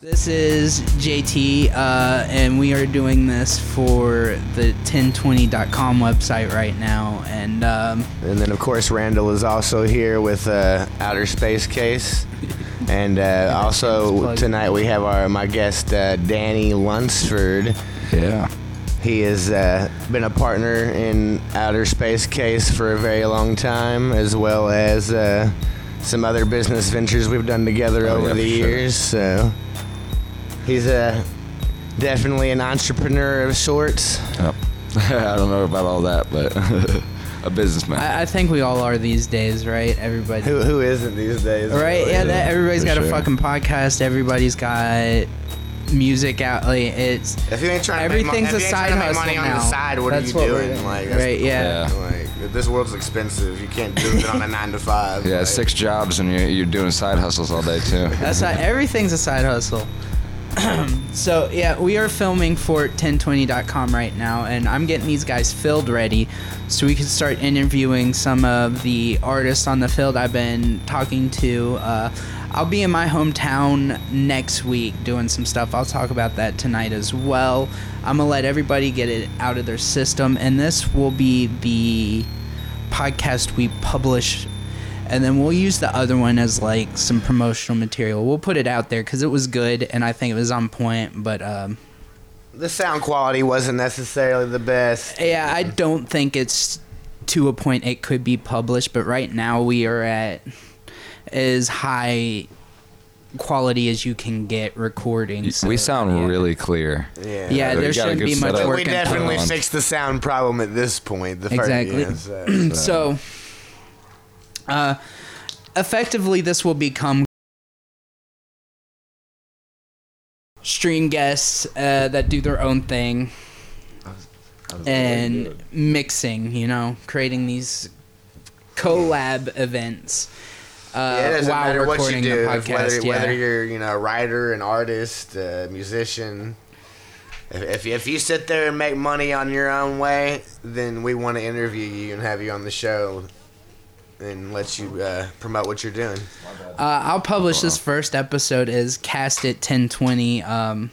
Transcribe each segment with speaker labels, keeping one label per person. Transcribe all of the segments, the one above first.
Speaker 1: This is JT, uh, and we are doing this for the 1020.com website right now. And um,
Speaker 2: And then, of course, Randall is also here with uh, Outer Space Case. And uh, also
Speaker 1: plug.
Speaker 2: tonight we have our my guest uh, Danny Lunsford.
Speaker 3: Yeah.
Speaker 2: He has uh, been a partner in Outer Space Case for a very long time, as well as uh, some other business ventures we've done together
Speaker 3: Oh,
Speaker 2: over
Speaker 3: yeah,
Speaker 2: the
Speaker 3: for sure.
Speaker 2: years. So he's uh, definitely an entrepreneur of sorts.
Speaker 3: Yep. I don't know about all that, but a businessman.
Speaker 1: I, I think we all are these days, right? Everybody.
Speaker 2: Who, who isn't these days?
Speaker 1: Right? Yeah, that, everybody's
Speaker 3: for
Speaker 1: got a
Speaker 3: sure.
Speaker 1: fucking podcast. Everybody's got music out. Like, it's
Speaker 2: If you ain't trying to make mo-
Speaker 1: everything's a
Speaker 2: if you ain't
Speaker 1: side
Speaker 2: trying to make
Speaker 1: hustle
Speaker 2: money on
Speaker 1: now.
Speaker 2: the side, what
Speaker 1: That's
Speaker 2: are you
Speaker 1: we're
Speaker 2: doing? Like, that's-
Speaker 1: right? Yeah.
Speaker 3: Yeah.
Speaker 2: Like, this world's expensive. You can't do it on a nine to five.
Speaker 3: yeah,
Speaker 2: like,
Speaker 3: six jobs and you're, you're doing side hustles all day too.
Speaker 1: That's not everything's a side hustle. so yeah, we are filming for 1020.com right now, and I'm getting these guys filled ready, so we can start interviewing some of the artists on the field I've been talking to. Uh, I'll be in my hometown next week doing some stuff. I'll talk about that tonight as well. I'm gonna let everybody get it out of their system, and this will be the podcast we publish and then we'll use the other one as like some promotional material. We'll put it out there because it was good and I think it was on point. But um,
Speaker 2: The sound quality wasn't necessarily the best.
Speaker 1: yeah, I don't think it's to a point it could be published. But right now we are at as high quality as you can get recording. so,
Speaker 3: we sound
Speaker 1: yeah.
Speaker 3: really clear.
Speaker 2: Yeah.
Speaker 1: Yeah,
Speaker 3: Yeah,
Speaker 1: there
Speaker 3: we got a
Speaker 1: shouldn't
Speaker 3: good
Speaker 1: be much
Speaker 3: setup.
Speaker 1: work.
Speaker 2: We
Speaker 1: in-
Speaker 2: definitely
Speaker 3: on.
Speaker 2: fixed the sound problem at this point. The
Speaker 1: Exactly.
Speaker 2: First, yeah, so-
Speaker 1: so uh effectively this will become stream guests uh, that do their own thing and mixing you know creating these collab events uh,
Speaker 2: yeah, it doesn't
Speaker 1: while
Speaker 2: matter
Speaker 1: recording
Speaker 2: what you do.
Speaker 1: the
Speaker 2: if
Speaker 1: podcast
Speaker 2: whether,
Speaker 1: yeah.
Speaker 2: whether you're you know a writer, an artist, a musician. If, if, if you sit there and make money on your own way, then we want to interview you and have you on the show and let you uh, promote what you're doing.
Speaker 1: Uh, I'll publish this first episode is Cast It 1020. Um,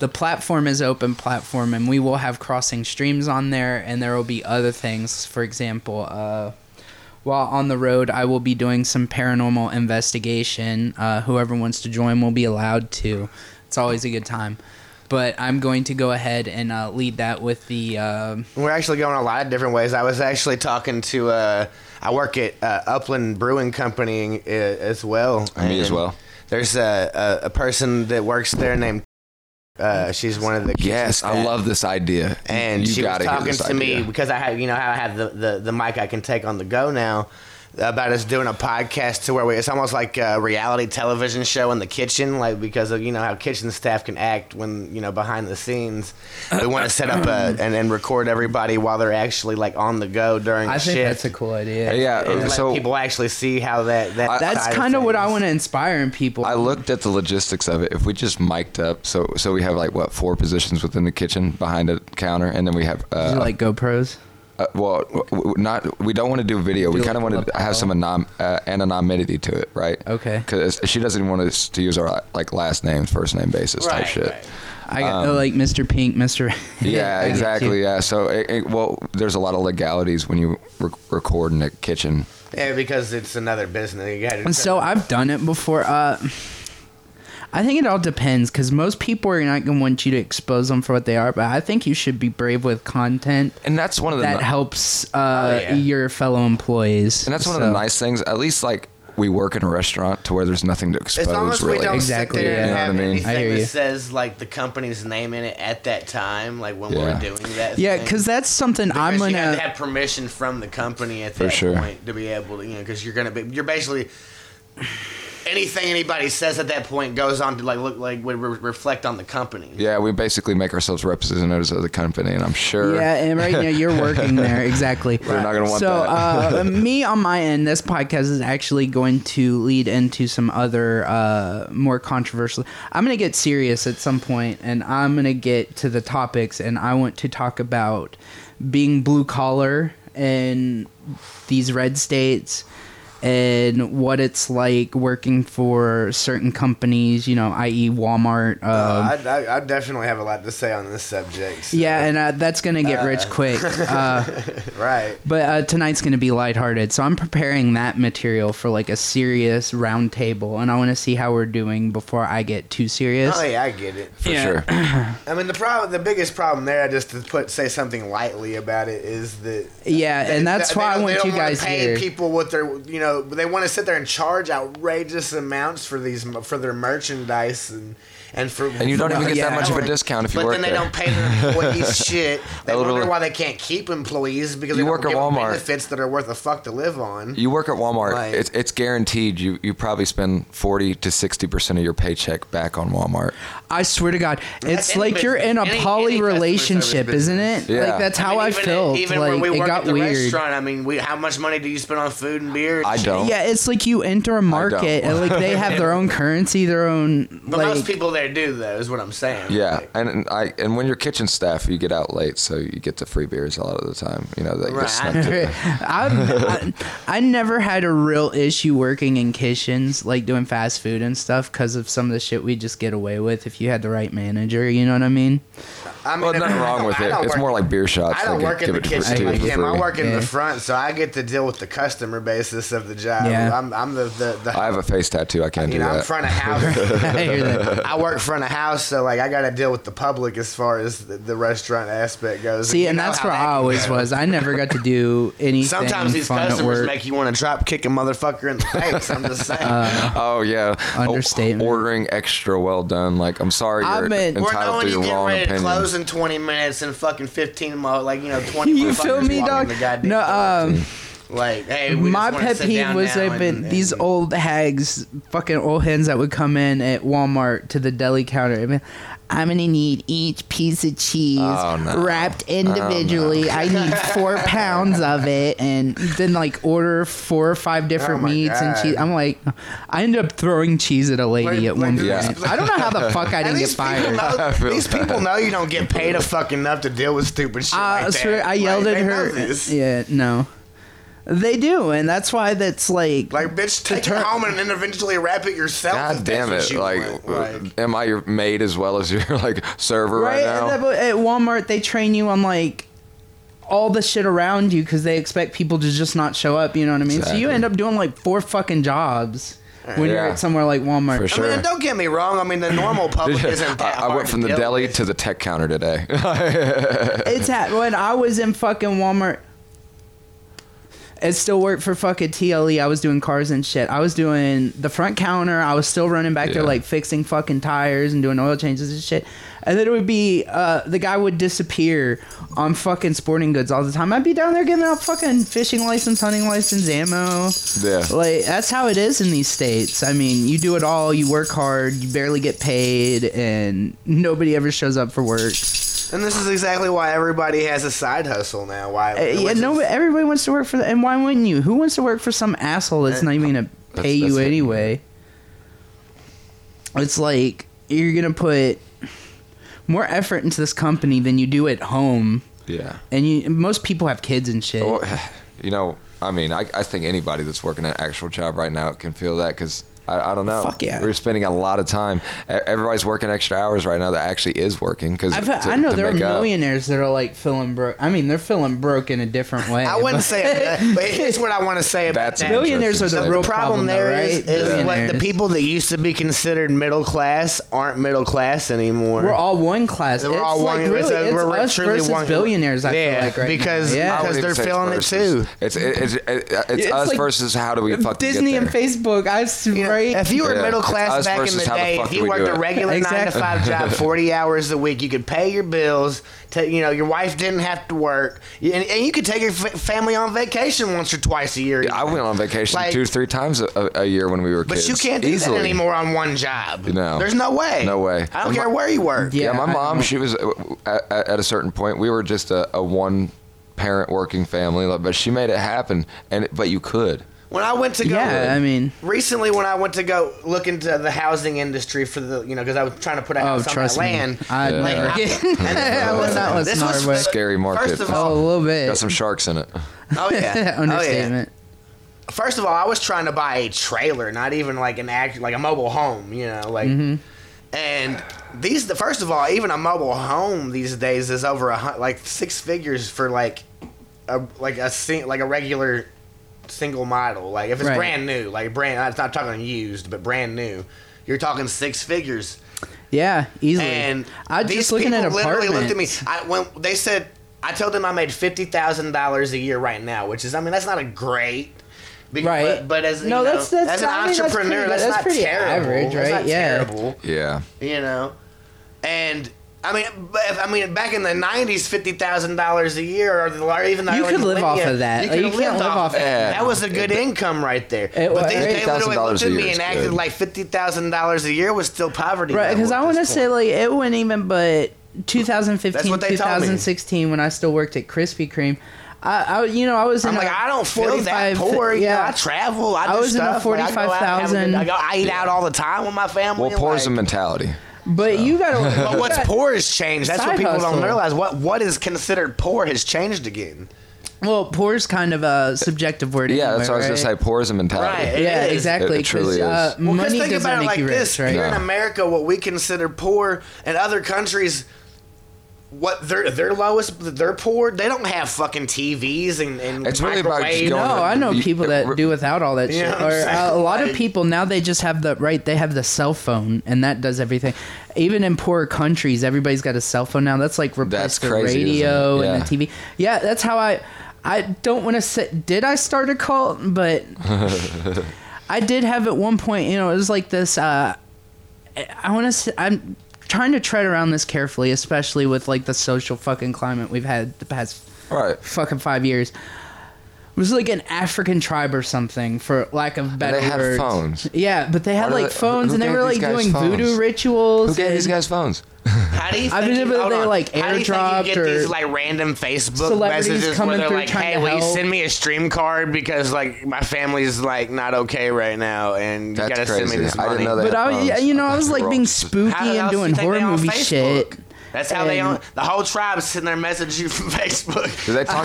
Speaker 1: the platform is open platform, and we will have crossing streams on there, and there will be other things. For example, uh, while on the road, I will be doing some paranormal investigation. Uh, whoever wants to join will be allowed to. It's always a good time. But I'm going to go ahead and uh, lead that with the. um
Speaker 2: We're actually going a lot of different ways. I was actually talking to. Uh, I work at uh, Upland Brewing Company uh, as well.
Speaker 3: Me as
Speaker 2: And
Speaker 3: well.
Speaker 2: There's a, a, a person that works there named. Uh, she's one of the kitchen
Speaker 3: Yes, I
Speaker 2: staff.
Speaker 3: love this idea.
Speaker 2: And
Speaker 3: you
Speaker 2: she was
Speaker 3: gotta hear
Speaker 2: talking
Speaker 3: this
Speaker 2: to me
Speaker 3: idea.
Speaker 2: because I have you know how I have the, the the mic I can take on the go now about us doing a podcast to where we, it's almost like a reality television show in the kitchen like because of you know how kitchen staff can act when you know behind the scenes we want to set up a, and, and record everybody while they're actually like on the go during
Speaker 1: I
Speaker 2: the
Speaker 1: think
Speaker 2: shift
Speaker 1: that's a cool idea.
Speaker 3: Yeah,
Speaker 2: and let
Speaker 3: so
Speaker 2: people actually see how that, that
Speaker 3: I-
Speaker 1: That's
Speaker 2: side
Speaker 1: kind of what I
Speaker 2: things.
Speaker 1: want to inspire in people.
Speaker 3: I looked at the logistics of it. If we just mic'd up, so so we have like what four positions within the kitchen behind a counter, and then we have
Speaker 1: Do
Speaker 3: uh,
Speaker 1: you like GoPros?
Speaker 3: uh, well, w- w- not we don't want to do video. we
Speaker 1: Do
Speaker 3: kind of
Speaker 1: like
Speaker 3: want to have some anom- uh, anonymity to it, right?
Speaker 1: Okay.
Speaker 3: Because she doesn't want us to use our like last names, first name basis
Speaker 2: Right,
Speaker 3: type shit.
Speaker 2: right.
Speaker 1: I got oh, like Mr. Pink, Mr.
Speaker 3: Yeah,
Speaker 1: I get
Speaker 3: exactly.
Speaker 1: you.
Speaker 3: Yeah, so it, it- well, there's a lot of legalities when you re- record in a kitchen.
Speaker 2: yeah because it's another business you gotta,
Speaker 1: And so I've done it before. Uh, I think it all depends because most people are not going to want you to expose them for what they are, but I think you should be brave with content
Speaker 3: And that's one of the
Speaker 1: that
Speaker 3: ni-
Speaker 1: helps uh,
Speaker 2: yeah.
Speaker 1: your fellow employees.
Speaker 3: Oh, and that's one of
Speaker 1: So-
Speaker 3: the nice things. At least like we work in a restaurant to where there's nothing to expose.
Speaker 2: As long as
Speaker 3: really.
Speaker 2: we don't
Speaker 1: Exactly,
Speaker 2: sit there and
Speaker 1: yeah.
Speaker 3: You know
Speaker 2: have
Speaker 3: what I mean?
Speaker 1: I hear
Speaker 2: anything
Speaker 1: you.
Speaker 2: that says like the company's name in it at that time, like when we're
Speaker 3: Yeah.
Speaker 2: doing that.
Speaker 1: Yeah,
Speaker 2: thing.
Speaker 1: because that's something I'm
Speaker 2: Because
Speaker 1: going
Speaker 2: you have to
Speaker 1: to.
Speaker 2: have permission from the company at
Speaker 3: For
Speaker 2: that
Speaker 3: sure.
Speaker 2: point to be able to, you know, because you're gonna be, you're basically anything anybody says at that point goes on to like look like would re- reflect on the company.
Speaker 3: Yeah, we basically make ourselves representatives of the company, and I'm sure.
Speaker 1: Yeah, and right now you're working there. Exactly.
Speaker 3: They're not gonna want
Speaker 1: so,
Speaker 3: that.
Speaker 1: uh, me on my end, this podcast is actually going to lead into some other uh, more controversial. I'm going to get serious at some point, and I'm going to get to the topics, and I want to talk about being blue collar in these red states and what it's like working for certain companies, you know, i.e., Walmart. um,
Speaker 2: I, I, I definitely have a lot to say on this subject.
Speaker 3: Oh,
Speaker 2: so-
Speaker 1: yeah, and uh, that's gonna get rich
Speaker 2: Uh.
Speaker 1: quick. Uh,
Speaker 2: Right.
Speaker 1: but uh, tonight's gonna be lighthearted, so I'm preparing that material for like a serious roundtable, and I want to see how we're doing before I get too serious.
Speaker 2: Oh yeah, I get it.
Speaker 3: for
Speaker 1: Yeah.
Speaker 3: sure.
Speaker 2: I mean, the problem, the biggest problem there, just to put say something lightly about it, is that
Speaker 1: Yeah, and that's
Speaker 2: they- they
Speaker 1: why I
Speaker 2: don't-
Speaker 1: want
Speaker 2: they don't
Speaker 1: you
Speaker 2: wanna
Speaker 1: guys
Speaker 2: pay
Speaker 1: here.
Speaker 2: People what they're you know they want to sit there and charge outrageous amounts for these for their merchandise and and for
Speaker 3: And you don't
Speaker 1: No,
Speaker 3: even get
Speaker 1: yeah.
Speaker 3: that much of a discount if you
Speaker 2: but
Speaker 3: work
Speaker 2: then they
Speaker 3: there.
Speaker 2: don't pay their employees shit. They
Speaker 3: Literally.
Speaker 2: wonder why they can't keep employees because they
Speaker 3: You
Speaker 2: don't
Speaker 3: work at
Speaker 2: give them
Speaker 3: Walmart.
Speaker 2: benefits that are worth a fuck to live on.
Speaker 3: You work at Walmart.
Speaker 2: Right.
Speaker 3: It's it's guaranteed. You you probably spend forty to sixty percent of your paycheck back on Walmart.
Speaker 1: I swear to God, it's
Speaker 2: any
Speaker 1: like you're in a
Speaker 2: business- any-
Speaker 1: poly
Speaker 2: any customer service
Speaker 1: relationship,
Speaker 2: business.
Speaker 1: isn't it?
Speaker 3: Yeah.
Speaker 1: Like that's how I,
Speaker 2: mean, even,
Speaker 1: felt.
Speaker 2: Even
Speaker 1: like
Speaker 2: when we
Speaker 1: it
Speaker 2: work
Speaker 1: got
Speaker 2: at the
Speaker 1: weird.
Speaker 2: restaurant, I mean, we, how much money do you spend on food and beer?
Speaker 3: I don't.
Speaker 1: Yeah, it's like you enter a market and like they have their own currency, their own
Speaker 2: But most
Speaker 1: like
Speaker 2: people there do though. Is what I'm saying.
Speaker 3: Yeah,
Speaker 2: Like,
Speaker 3: and, and I and when you're kitchen staff, you get out late, so you get the free beers a lot of the time. You know, that
Speaker 2: Right.
Speaker 3: gets snuck in.
Speaker 1: I, I I never had a real issue working in kitchens, like doing fast food and stuff, because of some of the shit we just get away with if you had the right manager. You know what I mean?
Speaker 2: I mean,
Speaker 3: Well,
Speaker 2: I
Speaker 3: nothing
Speaker 2: don't-
Speaker 3: wrong with
Speaker 2: I
Speaker 3: it.
Speaker 2: don't
Speaker 3: It's
Speaker 2: work-
Speaker 3: more like beer
Speaker 2: I
Speaker 3: shots. They
Speaker 2: don't
Speaker 3: get-
Speaker 2: work in
Speaker 3: give
Speaker 2: the
Speaker 3: it to- to
Speaker 2: kitchen
Speaker 3: you
Speaker 2: like
Speaker 3: for
Speaker 2: him. I
Speaker 3: free.
Speaker 2: work in
Speaker 1: Yeah.
Speaker 2: the front, so I get to deal with the customer basis of the job.
Speaker 1: Yeah.
Speaker 2: I'm, I'm the the, the
Speaker 3: I have a face tattoo. I can't
Speaker 2: you
Speaker 3: do
Speaker 2: know
Speaker 3: that.
Speaker 2: I'm front of house.
Speaker 1: I hear that.
Speaker 2: I work front of house, so like I got to deal with the public as far as the, the restaurant aspect goes.
Speaker 1: See,
Speaker 2: you
Speaker 1: and
Speaker 2: know
Speaker 1: that's
Speaker 2: how
Speaker 1: where
Speaker 2: that
Speaker 1: I
Speaker 2: can
Speaker 1: always
Speaker 2: go.
Speaker 1: was. I never got to do anything.
Speaker 2: Sometimes these
Speaker 1: fun at
Speaker 2: customers
Speaker 1: work.
Speaker 2: make you want to drop kick a motherfucker in the face. I'm just saying.
Speaker 1: Uh,
Speaker 3: Oh yeah, Oh,
Speaker 1: Understatement.
Speaker 3: ordering extra well done. Like I'm sorry,
Speaker 1: I
Speaker 3: you're
Speaker 1: meant- We're
Speaker 2: We're
Speaker 3: entitled
Speaker 2: knowing
Speaker 3: to
Speaker 2: you
Speaker 3: your
Speaker 2: getting
Speaker 3: wrong
Speaker 2: ready to
Speaker 3: opinion.
Speaker 2: close in 20 minutes and fucking 15 mo like you know 20.
Speaker 1: You
Speaker 2: motherfuckers
Speaker 1: feel me,
Speaker 2: walking
Speaker 1: dog?
Speaker 2: the goddamn
Speaker 1: No,
Speaker 2: door.
Speaker 1: um,
Speaker 2: like hey, we
Speaker 1: my
Speaker 2: just wanna
Speaker 1: pet
Speaker 2: sit
Speaker 1: peeve
Speaker 2: down
Speaker 1: was
Speaker 2: now
Speaker 1: they've been
Speaker 2: and-
Speaker 1: these
Speaker 2: and-
Speaker 1: old hags, fucking old hens that would come in at Walmart to the deli counter. I mean, I'm gonna need each piece of cheese
Speaker 3: Oh, no.
Speaker 1: wrapped individually. I need four pounds of it, and then like order four or five different
Speaker 2: Oh, my
Speaker 1: meats and
Speaker 2: God.
Speaker 1: cheese. I'm like, I ended up throwing cheese at a lady
Speaker 2: Like-
Speaker 1: at
Speaker 2: like
Speaker 1: one point.
Speaker 2: these-
Speaker 1: I don't know how the fuck I
Speaker 2: And
Speaker 1: didn't get
Speaker 2: these people
Speaker 1: fired.
Speaker 2: know,
Speaker 3: feel
Speaker 2: these
Speaker 3: bad.
Speaker 2: people know you don't get paid a fucking enough to deal with stupid shit.
Speaker 1: I
Speaker 2: like that.
Speaker 1: swear, Uh, I yelled
Speaker 2: Like,
Speaker 1: at
Speaker 2: they know
Speaker 1: her.
Speaker 2: this.
Speaker 1: Yeah, no, they do, and that's why that's like
Speaker 2: Like, bitch, take it home and then eventually wrap it yourself.
Speaker 3: God
Speaker 2: if that's
Speaker 3: damn
Speaker 2: what
Speaker 3: it!
Speaker 2: you
Speaker 3: Like,
Speaker 2: want. like,
Speaker 3: am I your maid as well as your like server
Speaker 1: right,
Speaker 3: right,
Speaker 1: and
Speaker 3: now?
Speaker 1: that- but at Walmart they train you on like all the shit around you because they expect people to just not show up. You know what I mean? So you
Speaker 3: Exactly.
Speaker 1: end up doing like four fucking jobs when you're
Speaker 3: Yeah.
Speaker 1: at somewhere like Walmart.
Speaker 3: For
Speaker 2: I
Speaker 3: sure.
Speaker 2: mean, and don't get me wrong. I mean, the normal public isn't that
Speaker 3: I, I
Speaker 2: hard
Speaker 3: went from
Speaker 2: to
Speaker 3: the
Speaker 2: deal
Speaker 3: deli
Speaker 2: with.
Speaker 3: to the tech counter today.
Speaker 1: It's at, when I was in fucking Walmart. It still worked for fucking TLE. I was doing cars and shit. I was doing the front counter. I was still running back there
Speaker 3: Yeah.
Speaker 1: like fixing fucking tires and doing oil changes and shit. And then it would be uh, the guy would disappear on fucking sporting goods all the time. I'd be down there giving out fucking fishing license, hunting license, ammo.
Speaker 3: Yeah.
Speaker 1: Like that's how it is in these states. I mean, you do it all. You work hard. You barely get paid, and nobody ever shows up for work.
Speaker 2: And this is exactly why everybody has a side hustle now. Why?
Speaker 1: Uh, yeah,
Speaker 2: which
Speaker 1: no,
Speaker 2: is-
Speaker 1: everybody wants to work for that. And why wouldn't you? Who wants to work for some asshole
Speaker 2: Eh,
Speaker 1: that's not even going to
Speaker 3: That's-
Speaker 1: pay you
Speaker 3: that's it.
Speaker 1: anyway? It's like you're going to put more effort into this company than you do at home.
Speaker 3: yeah.
Speaker 1: And you, most people have kids and shit.
Speaker 3: Well, you know, I mean, I, I think anybody that's working an actual job right now can feel that because I, I don't know.
Speaker 1: Fuck yeah.
Speaker 3: We're spending a lot of time. E- Everybody's working extra hours right now that actually is working because
Speaker 1: I've, I know there are millionaires that are like feeling broke. I mean, they're feeling broke in a different way.
Speaker 2: I wouldn't
Speaker 1: but-
Speaker 2: say it, but here's what I want to say about
Speaker 3: That's
Speaker 2: that.
Speaker 1: Billionaires are the
Speaker 3: The
Speaker 1: real
Speaker 2: The problem
Speaker 1: though,
Speaker 2: there is
Speaker 1: right?
Speaker 2: is what the
Speaker 1: Billionaires.
Speaker 2: people that used to be considered middle class aren't middle class anymore.
Speaker 1: We're all one class.
Speaker 2: We're
Speaker 1: it's
Speaker 2: all
Speaker 1: like
Speaker 2: one-
Speaker 1: really,
Speaker 2: it's a-
Speaker 1: it's
Speaker 2: we're
Speaker 1: us
Speaker 2: truly
Speaker 1: versus
Speaker 2: one-
Speaker 1: billionaires. I
Speaker 2: Yeah,
Speaker 1: feel like right
Speaker 2: because-
Speaker 1: now.
Speaker 2: I
Speaker 1: yeah,
Speaker 2: because they're feeling it too.
Speaker 3: It's it, it's it, it's
Speaker 1: It's
Speaker 3: us
Speaker 1: like
Speaker 3: versus how do we fucking
Speaker 1: Disney
Speaker 3: get
Speaker 1: and
Speaker 3: there.
Speaker 1: Facebook. I s-
Speaker 2: You know,
Speaker 1: right.
Speaker 2: If you were
Speaker 3: Yeah.
Speaker 2: middle class
Speaker 3: Us
Speaker 2: back in
Speaker 3: versus
Speaker 2: the
Speaker 3: how the
Speaker 2: day,
Speaker 3: fuck
Speaker 2: if
Speaker 3: do
Speaker 2: you
Speaker 3: we
Speaker 2: worked
Speaker 3: do
Speaker 2: a
Speaker 3: it?
Speaker 2: regular
Speaker 1: Exactly.
Speaker 2: nine to five job, forty hours a week, you could pay your bills. ta- you know, your wife didn't have to work, and, and you could take your fa- family on vacation once or twice a year.
Speaker 3: I went on vacation
Speaker 2: Like-
Speaker 3: two, three times a, a, a year when we were
Speaker 2: but
Speaker 3: kids.
Speaker 2: you can't do
Speaker 3: Easily.
Speaker 2: that anymore on one job.
Speaker 3: No.
Speaker 2: there's no way.
Speaker 3: No way.
Speaker 2: I don't
Speaker 3: And
Speaker 2: care
Speaker 3: my-
Speaker 2: where you work.
Speaker 1: Yeah,
Speaker 3: Yeah,
Speaker 1: I
Speaker 3: my mom,
Speaker 1: know.
Speaker 3: she was uh, at, at a certain point. We were just a, a one parent working family, like, but she made it happen. And but you could.
Speaker 2: When I went to go,
Speaker 1: yeah, I mean,
Speaker 2: recently when I went to go look into the housing industry for the you know because I was trying to put a
Speaker 1: oh
Speaker 2: house on
Speaker 1: trust
Speaker 2: my
Speaker 1: me,
Speaker 2: land.
Speaker 1: I
Speaker 3: Yeah.
Speaker 1: never get. I was not
Speaker 2: This
Speaker 1: listening
Speaker 2: was-
Speaker 1: hard way.
Speaker 3: Scary market.
Speaker 2: First of
Speaker 1: Oh, a
Speaker 2: all,
Speaker 1: little bit.
Speaker 3: Got some sharks in it.
Speaker 2: oh yeah, Oh, yeah.
Speaker 1: Understatement.
Speaker 2: First of all, I was trying to buy a trailer, not even like an act, like a mobile home. You know, like. And these, the first of all, even a mobile home these days is over a hun- like six figures for like a like a sing, like a regular single model. Like if it's
Speaker 1: Right.
Speaker 2: brand new, like brand, I'm not talking used, but brand new. You're talking six figures.
Speaker 1: Yeah, easily.
Speaker 2: And
Speaker 1: I'm
Speaker 2: these
Speaker 1: just looking at
Speaker 2: people literally
Speaker 1: apartments.
Speaker 2: looked at me. I when they said I told them I made fifty thousand dollars a year right now, which is I mean that's not a great. Be,
Speaker 1: Right.
Speaker 2: But, but as you
Speaker 1: No,
Speaker 2: know,
Speaker 1: that's- that's-
Speaker 2: as an
Speaker 1: I mean, that's pretty
Speaker 2: entrepreneur,
Speaker 1: good.
Speaker 2: that's,
Speaker 1: That's
Speaker 2: not
Speaker 1: pretty
Speaker 2: terrible.
Speaker 1: average,
Speaker 2: That's
Speaker 1: right?
Speaker 2: not
Speaker 1: Yeah.
Speaker 2: terrible.
Speaker 3: Yeah.
Speaker 2: You know, and. I mean, but if- I mean, back in the '90s, fifty thousand dollars a year, or, the, or even the
Speaker 1: You
Speaker 2: early
Speaker 1: could live off
Speaker 2: millennia,
Speaker 1: of that. Like,
Speaker 2: You, could
Speaker 1: you
Speaker 2: have
Speaker 1: can't
Speaker 2: lived
Speaker 1: live
Speaker 2: off
Speaker 1: off-
Speaker 2: that.
Speaker 3: Yeah.
Speaker 2: That was a good income right there.
Speaker 1: It
Speaker 2: but
Speaker 1: was.
Speaker 2: these they literally
Speaker 3: $8,000
Speaker 2: looked
Speaker 3: a
Speaker 2: at
Speaker 3: year
Speaker 2: me
Speaker 3: is
Speaker 2: and acted
Speaker 3: good.
Speaker 2: like fifty thousand dollars a year was still poverty.
Speaker 1: Right,
Speaker 2: level
Speaker 1: because
Speaker 2: at
Speaker 1: I want to
Speaker 2: this
Speaker 1: say
Speaker 2: point.
Speaker 1: like it went even, but 2015,
Speaker 2: That's what they told me.
Speaker 1: 2016, when I still worked at Krispy Kreme, I, I you know, I was. In
Speaker 2: I'm like,
Speaker 1: a
Speaker 2: I don't feel
Speaker 1: 45
Speaker 2: that poor. Yeah,
Speaker 1: Yeah,
Speaker 2: I travel. I,
Speaker 1: I
Speaker 2: do
Speaker 1: was in a
Speaker 2: stuff. Like, I go out and have a
Speaker 1: 45,000
Speaker 2: good- I go I eat out all the time with my family.
Speaker 3: Well, poor
Speaker 2: like,
Speaker 3: is a mentality.
Speaker 1: but you gotta.
Speaker 2: But what's poor has changed. That's what
Speaker 1: Side
Speaker 2: people
Speaker 1: hustle.
Speaker 2: don't realize. What what is considered poor has changed again.
Speaker 1: Well, poor is kind of a subjective word.
Speaker 3: Yeah,
Speaker 1: anyway,
Speaker 3: that's what I was
Speaker 1: right?
Speaker 3: gonna say. Poor is a mentality.
Speaker 2: Right. It
Speaker 1: yeah,
Speaker 2: is.
Speaker 1: exactly.
Speaker 3: It truly
Speaker 1: 'cause,
Speaker 3: is.
Speaker 1: Uh,
Speaker 3: Well,
Speaker 1: money
Speaker 2: think
Speaker 1: doesn't
Speaker 2: about
Speaker 1: make
Speaker 2: it like
Speaker 1: you rich,
Speaker 2: this:
Speaker 1: right?
Speaker 2: here in
Speaker 3: No.
Speaker 2: America, what we consider poor, in other countries, what their their lowest, they're poor. They don't have fucking TVs and and
Speaker 3: It's really about just
Speaker 2: microwaves.
Speaker 3: going-
Speaker 1: No, I know
Speaker 3: You-
Speaker 1: people that do without all that
Speaker 2: You know
Speaker 1: shit.
Speaker 2: what I'm
Speaker 1: Or uh, a
Speaker 2: saying?
Speaker 1: lot of
Speaker 2: Like-
Speaker 1: people now they just have the right. They have the cell phone, and that does everything. Even in poorer countries, everybody's got a cell phone now. That's like
Speaker 3: That's
Speaker 1: replaced the
Speaker 3: crazy, isn't it?
Speaker 1: radio and
Speaker 3: Yeah.
Speaker 1: the TV. Yeah, that's how I. I don't want to say. Did I start a cult? But I did have at one point. You know, it was like this. Uh, I want to. I'm trying to tread around this carefully, especially with like the social fucking climate we've had the past
Speaker 3: Right.
Speaker 1: fucking five years. It was like an African tribe or something, for lack of better
Speaker 3: had
Speaker 1: words.
Speaker 3: phones.
Speaker 1: Yeah, but they had
Speaker 3: Why do
Speaker 1: like
Speaker 3: they-
Speaker 1: phones,
Speaker 3: who
Speaker 1: and they
Speaker 3: gave
Speaker 1: were
Speaker 3: these
Speaker 1: like
Speaker 3: guys
Speaker 1: doing
Speaker 3: phones?
Speaker 1: voodoo rituals.
Speaker 3: Who gave these
Speaker 1: and-
Speaker 3: guys phones?
Speaker 2: How do you
Speaker 1: I
Speaker 2: think
Speaker 1: mean,
Speaker 2: you-
Speaker 1: but
Speaker 2: hold
Speaker 1: they,
Speaker 2: on.
Speaker 1: like,
Speaker 2: How do you think you
Speaker 1: airdropped
Speaker 2: get
Speaker 1: or
Speaker 2: these like random Facebook
Speaker 1: celebrities
Speaker 2: messages
Speaker 1: coming
Speaker 2: where they're
Speaker 1: through
Speaker 2: like,
Speaker 1: trying
Speaker 2: "Hey,
Speaker 1: to
Speaker 2: will you
Speaker 1: help?"
Speaker 2: send me a stream card because like my family's like not okay right now and
Speaker 3: That's
Speaker 2: you gotta send me
Speaker 3: crazy.
Speaker 2: this
Speaker 3: I
Speaker 2: money."
Speaker 3: didn't know they
Speaker 1: But
Speaker 3: had
Speaker 1: I, yeah,
Speaker 3: phones.
Speaker 1: you know,
Speaker 3: I
Speaker 1: I
Speaker 3: thought
Speaker 1: was
Speaker 3: they
Speaker 1: like
Speaker 3: were
Speaker 1: being
Speaker 3: all-
Speaker 1: spooky
Speaker 2: How the
Speaker 1: and
Speaker 2: hell
Speaker 1: doing
Speaker 2: do you think
Speaker 1: horror
Speaker 2: they on
Speaker 1: movie
Speaker 2: Facebook?
Speaker 1: shit.
Speaker 2: That's how they
Speaker 1: And-
Speaker 2: on the whole tribe's sitting there messaging you from
Speaker 3: Do
Speaker 2: Facebook.
Speaker 3: they talk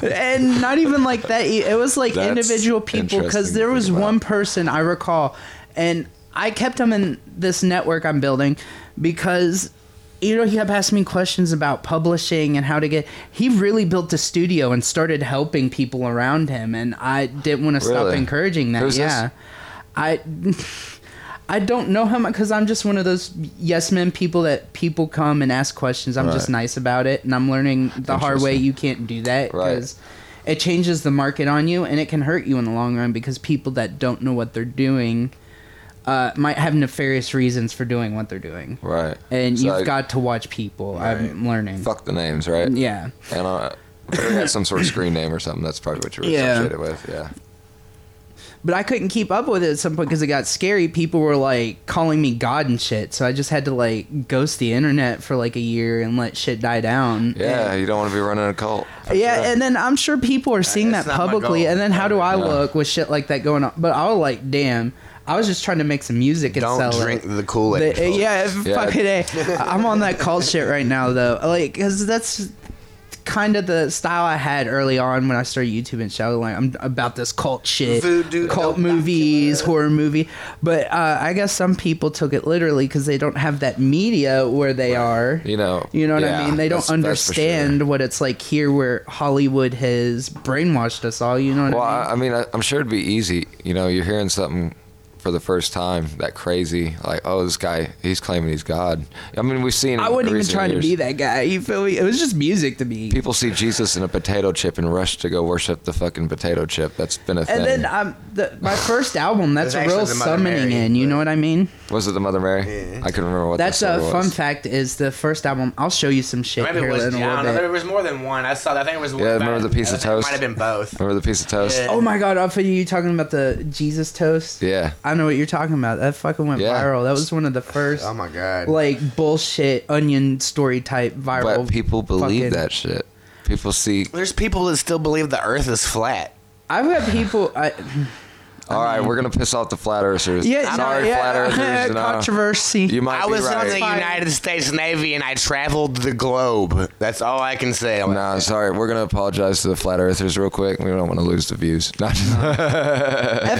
Speaker 3: to you?
Speaker 1: and not even like that. e- It was like
Speaker 3: That's
Speaker 1: individual people because
Speaker 3: interesting
Speaker 1: there
Speaker 3: to
Speaker 1: was
Speaker 3: think about.
Speaker 1: one person I recall, and I kept him in this network I'm building because. You know, he kept asking me questions about publishing and how to get. He really built a studio and started helping people around him, and I didn't want to stop
Speaker 3: Really?
Speaker 1: encouraging that.
Speaker 3: Who's this?
Speaker 1: yeah, I, I don't know him because I'm just one of those yes men people that people come and ask questions. I'm just
Speaker 3: Right.
Speaker 1: nice about it, and I'm learning the hard way.
Speaker 3: Interesting.
Speaker 1: You can't do that
Speaker 3: Right.
Speaker 1: because it changes the market on you and it can hurt you in the long run because people that don't know what they're doing uh, might have nefarious reasons for doing what they're doing.
Speaker 3: Right.
Speaker 1: And
Speaker 3: So
Speaker 1: you've
Speaker 3: I-
Speaker 1: got to watch people. I'm learning.
Speaker 3: fuck the names, right?
Speaker 1: Yeah.
Speaker 3: And uh, if they had some sort of screen name or something. That's probably what you were
Speaker 1: Yeah.
Speaker 3: associated with. Yeah.
Speaker 1: But I couldn't keep up with it at some point because it got scary. People were like calling me God and shit. So I just had to like ghost the internet for like a year and let shit die down.
Speaker 3: Yeah. You don't want to be running a cult. for
Speaker 1: Yeah,
Speaker 3: sure.
Speaker 1: and then I'm sure people are seeing
Speaker 2: that's
Speaker 1: that
Speaker 2: not my
Speaker 1: publicly,
Speaker 2: goal.
Speaker 1: and then how do I
Speaker 3: Yeah.
Speaker 1: look with shit like that going on? But I was like, damn, I was just trying to make some music and
Speaker 2: Don't
Speaker 1: sell
Speaker 2: drink
Speaker 1: it.
Speaker 2: the Kool Aid.
Speaker 1: The- yeah,
Speaker 3: Yeah.
Speaker 1: fucking a. I'm on that cult shit right now though, like because that's kind of the style I had early on when I started YouTube and shit. I was Like I'm about this cult shit,
Speaker 2: Voodoo,
Speaker 1: cult
Speaker 2: don't knock
Speaker 1: movies, horror movie. But uh, I guess some people took it literally because they don't have that media where they are.
Speaker 3: You know.
Speaker 1: You know what I
Speaker 3: yeah,
Speaker 1: mean? They don't
Speaker 3: that's- that's for sure.
Speaker 1: understand what it's like here where Hollywood has brainwashed us all. You know what
Speaker 3: Well,
Speaker 1: I mean?
Speaker 3: I I mean, I, I'm sure it'd be easy. You know, you're hearing something for the first time that crazy, like, oh, this guy, he's claiming he's God. I mean, we've seen.
Speaker 1: I
Speaker 3: in
Speaker 1: wasn't even
Speaker 3: recent
Speaker 1: trying to
Speaker 3: years,
Speaker 1: be that guy. You feel me? It was just music to me.
Speaker 3: People see Jesus in a potato chip and rush to go worship the fucking potato chip. That's been a thing.
Speaker 1: and then um, the, my first album, that's
Speaker 2: It's
Speaker 1: a
Speaker 2: actually
Speaker 1: real
Speaker 2: the Mother
Speaker 1: summoning
Speaker 2: Mary,
Speaker 1: in. You
Speaker 2: but-
Speaker 1: know what I mean?
Speaker 3: was it the Mother Mary? I couldn't remember what
Speaker 1: That's
Speaker 3: that
Speaker 1: a
Speaker 3: story
Speaker 1: fun
Speaker 3: was.
Speaker 1: fact. Is the first album? I'll show you some shit
Speaker 2: Maybe it
Speaker 1: here
Speaker 2: was
Speaker 1: in a
Speaker 2: I
Speaker 1: little
Speaker 2: don't know. There
Speaker 1: bit.
Speaker 2: was more than one. I saw. that. I think it was. one
Speaker 3: Yeah,
Speaker 2: about-
Speaker 3: remember the piece of
Speaker 2: I think
Speaker 3: toast?
Speaker 2: It might have been both.
Speaker 3: Remember the piece of toast?
Speaker 2: Yeah.
Speaker 1: Oh my god, Alpha, you talking about the Jesus toast?
Speaker 3: Yeah.
Speaker 1: I know what you're talking about. That fucking went
Speaker 3: Yeah.
Speaker 1: viral. That was one of the first
Speaker 2: Oh my god.
Speaker 1: like bullshit onion story type viral.
Speaker 3: But people believe
Speaker 1: fucking-
Speaker 3: that shit. People see.
Speaker 2: There's people that still believe the Earth is flat.
Speaker 1: I've got people. I,
Speaker 3: All right, we're gonna piss off the flat earthers.
Speaker 1: Yeah,
Speaker 3: sorry,
Speaker 1: no, yeah.
Speaker 3: flat earthers. no.
Speaker 1: Controversy.
Speaker 3: You might
Speaker 2: I
Speaker 3: be
Speaker 2: was
Speaker 3: right.
Speaker 2: on the
Speaker 1: Fine.
Speaker 2: United States Navy and I traveled the globe. That's all I can say. I'm like,
Speaker 3: Nah, sorry. We're gonna apologize to the flat earthers real quick. We don't want to lose the views. No,
Speaker 1: if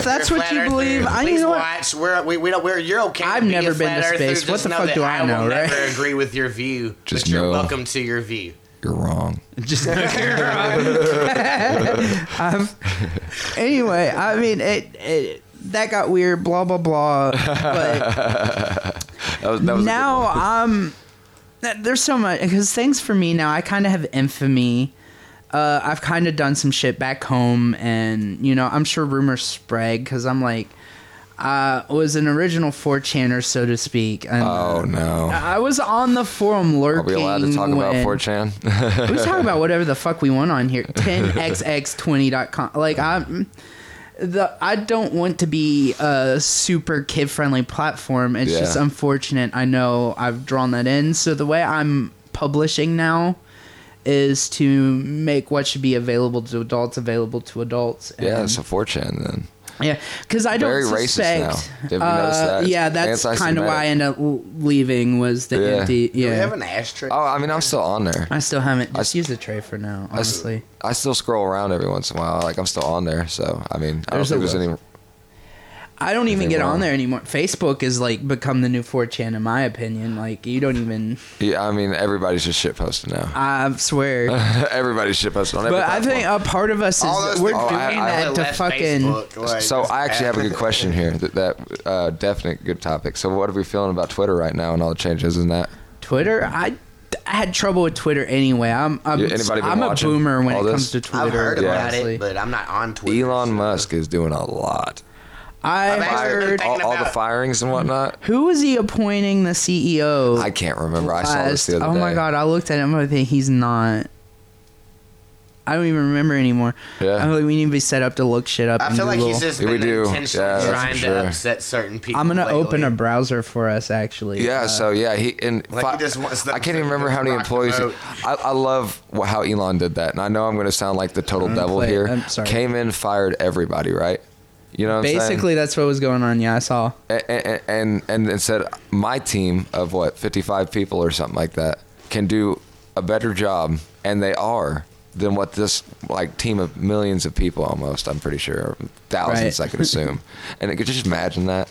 Speaker 1: that's
Speaker 2: "You're
Speaker 1: what you
Speaker 2: flat
Speaker 1: believe,
Speaker 2: earthers,
Speaker 1: I
Speaker 2: please
Speaker 1: you know what.
Speaker 2: watch. We're, we, we don't, we're, you're okay.
Speaker 1: I've
Speaker 2: to be a
Speaker 1: never been
Speaker 2: flat
Speaker 1: to
Speaker 2: earther.
Speaker 1: space. What
Speaker 2: Just
Speaker 1: the
Speaker 2: know
Speaker 1: fuck
Speaker 2: that
Speaker 1: do I know,
Speaker 2: will
Speaker 1: right?
Speaker 2: Never agree with your view.
Speaker 3: Just
Speaker 2: but you're
Speaker 3: know.
Speaker 2: welcome to your view.
Speaker 3: you're wrong.
Speaker 1: Just Um, anyway, I mean it, it. That got weird. Blah blah blah. But
Speaker 3: That was, that was a good
Speaker 1: now
Speaker 3: one.
Speaker 1: um, th- there's so much because things for me now. I kind of have infamy. Uh, I've kind of done some shit back home, and you know I'm sure rumors spread because I'm like. Uh, was an original 4chaner, so to speak. And,
Speaker 3: Oh no.
Speaker 1: I I was on the forum
Speaker 3: Are
Speaker 1: lurking.
Speaker 3: we allowed to talk about
Speaker 1: when-
Speaker 3: 4chan?
Speaker 1: we talk about whatever the fuck we want on here. 10xx20.com. Like I'm the I don't want to be a super kid friendly platform. It's
Speaker 3: Yeah.
Speaker 1: just unfortunate. I know I've drawn that in. So the way I'm publishing now is to make what should be available to adults available to adults.
Speaker 3: yeah,
Speaker 1: And-
Speaker 3: it's a 4chan then.
Speaker 1: yeah, because I don't
Speaker 3: Very
Speaker 1: suspect. uh,
Speaker 3: racist now. Have you noticed that?
Speaker 1: Yeah, that's kind of why I
Speaker 3: Anti-Semitic.
Speaker 1: ended up l- leaving. Was the
Speaker 3: Yeah.
Speaker 1: empty?
Speaker 2: Do we have
Speaker 1: Yeah,
Speaker 2: an asterisk?
Speaker 3: Oh, I mean, I'm still on there.
Speaker 1: I still haven't.
Speaker 3: I
Speaker 1: Just
Speaker 3: s-
Speaker 1: use the tray for now,
Speaker 3: s-
Speaker 1: honestly.
Speaker 3: I still scroll around every once in a while. Like I'm still on there, so I mean, I don't
Speaker 1: There's
Speaker 3: think
Speaker 1: a
Speaker 3: there's any.
Speaker 1: I don't even
Speaker 3: Anything
Speaker 1: get on
Speaker 3: wrong?
Speaker 1: there anymore. Facebook is like become the new 4chan in my opinion. Like you don't even
Speaker 3: Yeah, I mean, everybody's just shit posting now.
Speaker 1: I swear.
Speaker 3: everybody's shit posting on every
Speaker 1: But I think
Speaker 3: platform.
Speaker 1: a part of us
Speaker 2: All those
Speaker 1: is we're
Speaker 2: things
Speaker 1: doing
Speaker 3: Oh, I- I-
Speaker 1: that to
Speaker 2: left
Speaker 1: fucking
Speaker 2: Facebook, like,
Speaker 3: so
Speaker 2: just
Speaker 3: I actually have a
Speaker 2: ask-
Speaker 3: good question here. That, that uh, definite good topic. So what are we feeling about Twitter right now and all the changes in that?
Speaker 1: Twitter. I I had trouble with Twitter anyway. I'm I'm,
Speaker 3: Yeah, anybody been
Speaker 1: I'm a
Speaker 3: watching
Speaker 1: boomer when
Speaker 3: all
Speaker 1: it comes
Speaker 3: this?
Speaker 1: to
Speaker 2: I've
Speaker 1: Twitter.
Speaker 2: heard about
Speaker 1: honestly.
Speaker 2: it, but I'm not on Twitter.
Speaker 3: Elon
Speaker 2: so-
Speaker 3: Musk is doing a lot.
Speaker 1: I
Speaker 2: I've actually been
Speaker 1: heard
Speaker 2: thinking
Speaker 3: All, all the
Speaker 2: about-
Speaker 3: firings and whatnot.
Speaker 1: who was he appointing the CEO?
Speaker 3: I can't remember. I saw this
Speaker 1: last-
Speaker 3: the other
Speaker 1: oh
Speaker 3: day.
Speaker 1: my god, I looked at him. I think he's not. I don't even remember anymore.
Speaker 3: Yeah.
Speaker 1: I feel like we need to be set up to look shit up.
Speaker 2: I
Speaker 1: in
Speaker 2: feel like
Speaker 1: Google.
Speaker 2: he's just
Speaker 3: Yeah, we
Speaker 2: been
Speaker 3: do.
Speaker 2: intentionally
Speaker 3: Yeah, that's for
Speaker 2: trying
Speaker 3: sure.
Speaker 2: to upset certain people.
Speaker 1: I'm gonna open a
Speaker 2: lately.
Speaker 1: browser for us actually.
Speaker 3: Yeah,
Speaker 1: Uh,
Speaker 3: so yeah, he and
Speaker 2: Like,
Speaker 3: fi-
Speaker 2: he just wants them
Speaker 3: I can't
Speaker 2: to
Speaker 3: even remember how many
Speaker 2: rock the
Speaker 3: employees.
Speaker 2: boat.
Speaker 3: I, I love wh- how Elon did that, and I know I'm going to sound like the total devil
Speaker 1: play-
Speaker 3: here.
Speaker 1: Mm, I'm sorry.
Speaker 3: Came in, fired everybody, right? You know, what
Speaker 1: basically that's what was going on. Yeah, I saw.
Speaker 3: I'm saying? And, and and and said my team of what 55 people or something like that can do a better job, and they are than what this like team of millions of people almost. I'm pretty sure thousands.
Speaker 1: Right.
Speaker 3: I could assume, and could you just imagine that.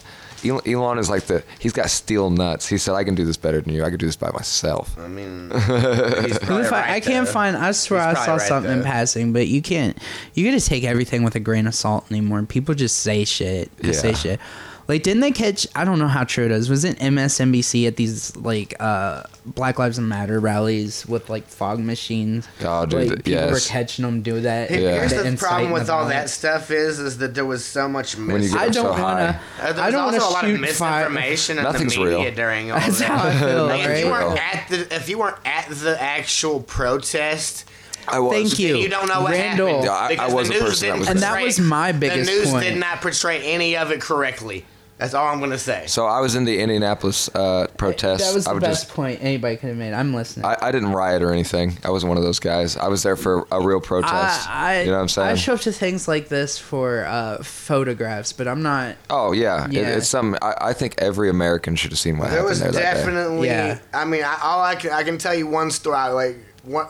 Speaker 3: El- Elon is like the he's got steel nuts. He said, "I can do this better than you. I could do this by myself."
Speaker 2: I mean, he's
Speaker 1: Let me
Speaker 2: probably
Speaker 1: find- I
Speaker 2: right,
Speaker 1: can't
Speaker 2: though.
Speaker 1: find. I swear
Speaker 2: He's
Speaker 1: I
Speaker 2: probably
Speaker 1: saw
Speaker 2: right,
Speaker 1: something in
Speaker 2: though.
Speaker 1: passing, but you can't. You gotta take everything with a grain of salt anymore. People just say shit. They Say
Speaker 3: Yeah.
Speaker 1: shit. Like didn't they catch? I don't know how true it is. Was it MSNBC at these like uh Black Lives Matter rallies with like fog machines?
Speaker 3: Oh, dude,
Speaker 1: like,
Speaker 3: th-
Speaker 1: people were
Speaker 3: yes.
Speaker 1: catching them do that.
Speaker 2: Here-
Speaker 1: and
Speaker 3: Yeah.
Speaker 1: trying
Speaker 2: Here's
Speaker 1: to
Speaker 2: the
Speaker 1: incite
Speaker 2: problem with
Speaker 1: the
Speaker 2: all that
Speaker 1: violence.
Speaker 2: stuff is, is that there was so much
Speaker 3: When you
Speaker 2: mis-
Speaker 3: get
Speaker 1: I
Speaker 3: up so
Speaker 1: don't
Speaker 3: high.
Speaker 1: wanna.
Speaker 2: Uh, there
Speaker 1: I
Speaker 2: was
Speaker 1: don't
Speaker 2: also
Speaker 1: wanna
Speaker 2: a lot
Speaker 1: shoot
Speaker 2: of
Speaker 1: fire.
Speaker 2: misinformation in the
Speaker 3: Nothing's
Speaker 2: media
Speaker 3: real.
Speaker 2: during all
Speaker 1: That's
Speaker 2: that.
Speaker 1: how I feel.
Speaker 2: Like, if you
Speaker 1: right?
Speaker 3: real.
Speaker 2: weren't at the if you weren't at the actual protest,
Speaker 3: I was.
Speaker 1: Thank you.
Speaker 2: you, don't know what
Speaker 1: Randall.
Speaker 2: happened.
Speaker 3: Yeah, I-
Speaker 2: because
Speaker 3: I was
Speaker 2: the
Speaker 3: the
Speaker 2: news
Speaker 3: person that
Speaker 2: didn't
Speaker 3: was
Speaker 1: And that
Speaker 2: portray-
Speaker 1: was my biggest
Speaker 2: The news
Speaker 1: point.
Speaker 2: did not portray any of it correctly. That's all I'm gonna say.
Speaker 3: So I was in the Indianapolis uh, protest.
Speaker 1: That was
Speaker 3: I
Speaker 1: the
Speaker 3: would
Speaker 1: best
Speaker 3: just.
Speaker 1: point anybody could have made. I'm listening.
Speaker 3: I, I didn't riot or anything. I wasn't one of those guys. I was there for a real protest.
Speaker 1: I, I,
Speaker 3: you know what I'm saying?
Speaker 1: I show up to things like this for uh, photographs, but I'm not.
Speaker 3: oh yeah,
Speaker 1: Yeah.
Speaker 3: It, it's something. I, I think every American should have seen what
Speaker 2: There
Speaker 3: happened
Speaker 2: was
Speaker 3: there that day.
Speaker 2: definitely.
Speaker 1: Yeah.
Speaker 2: I mean, I, all I can I can tell you one story. I, Like one,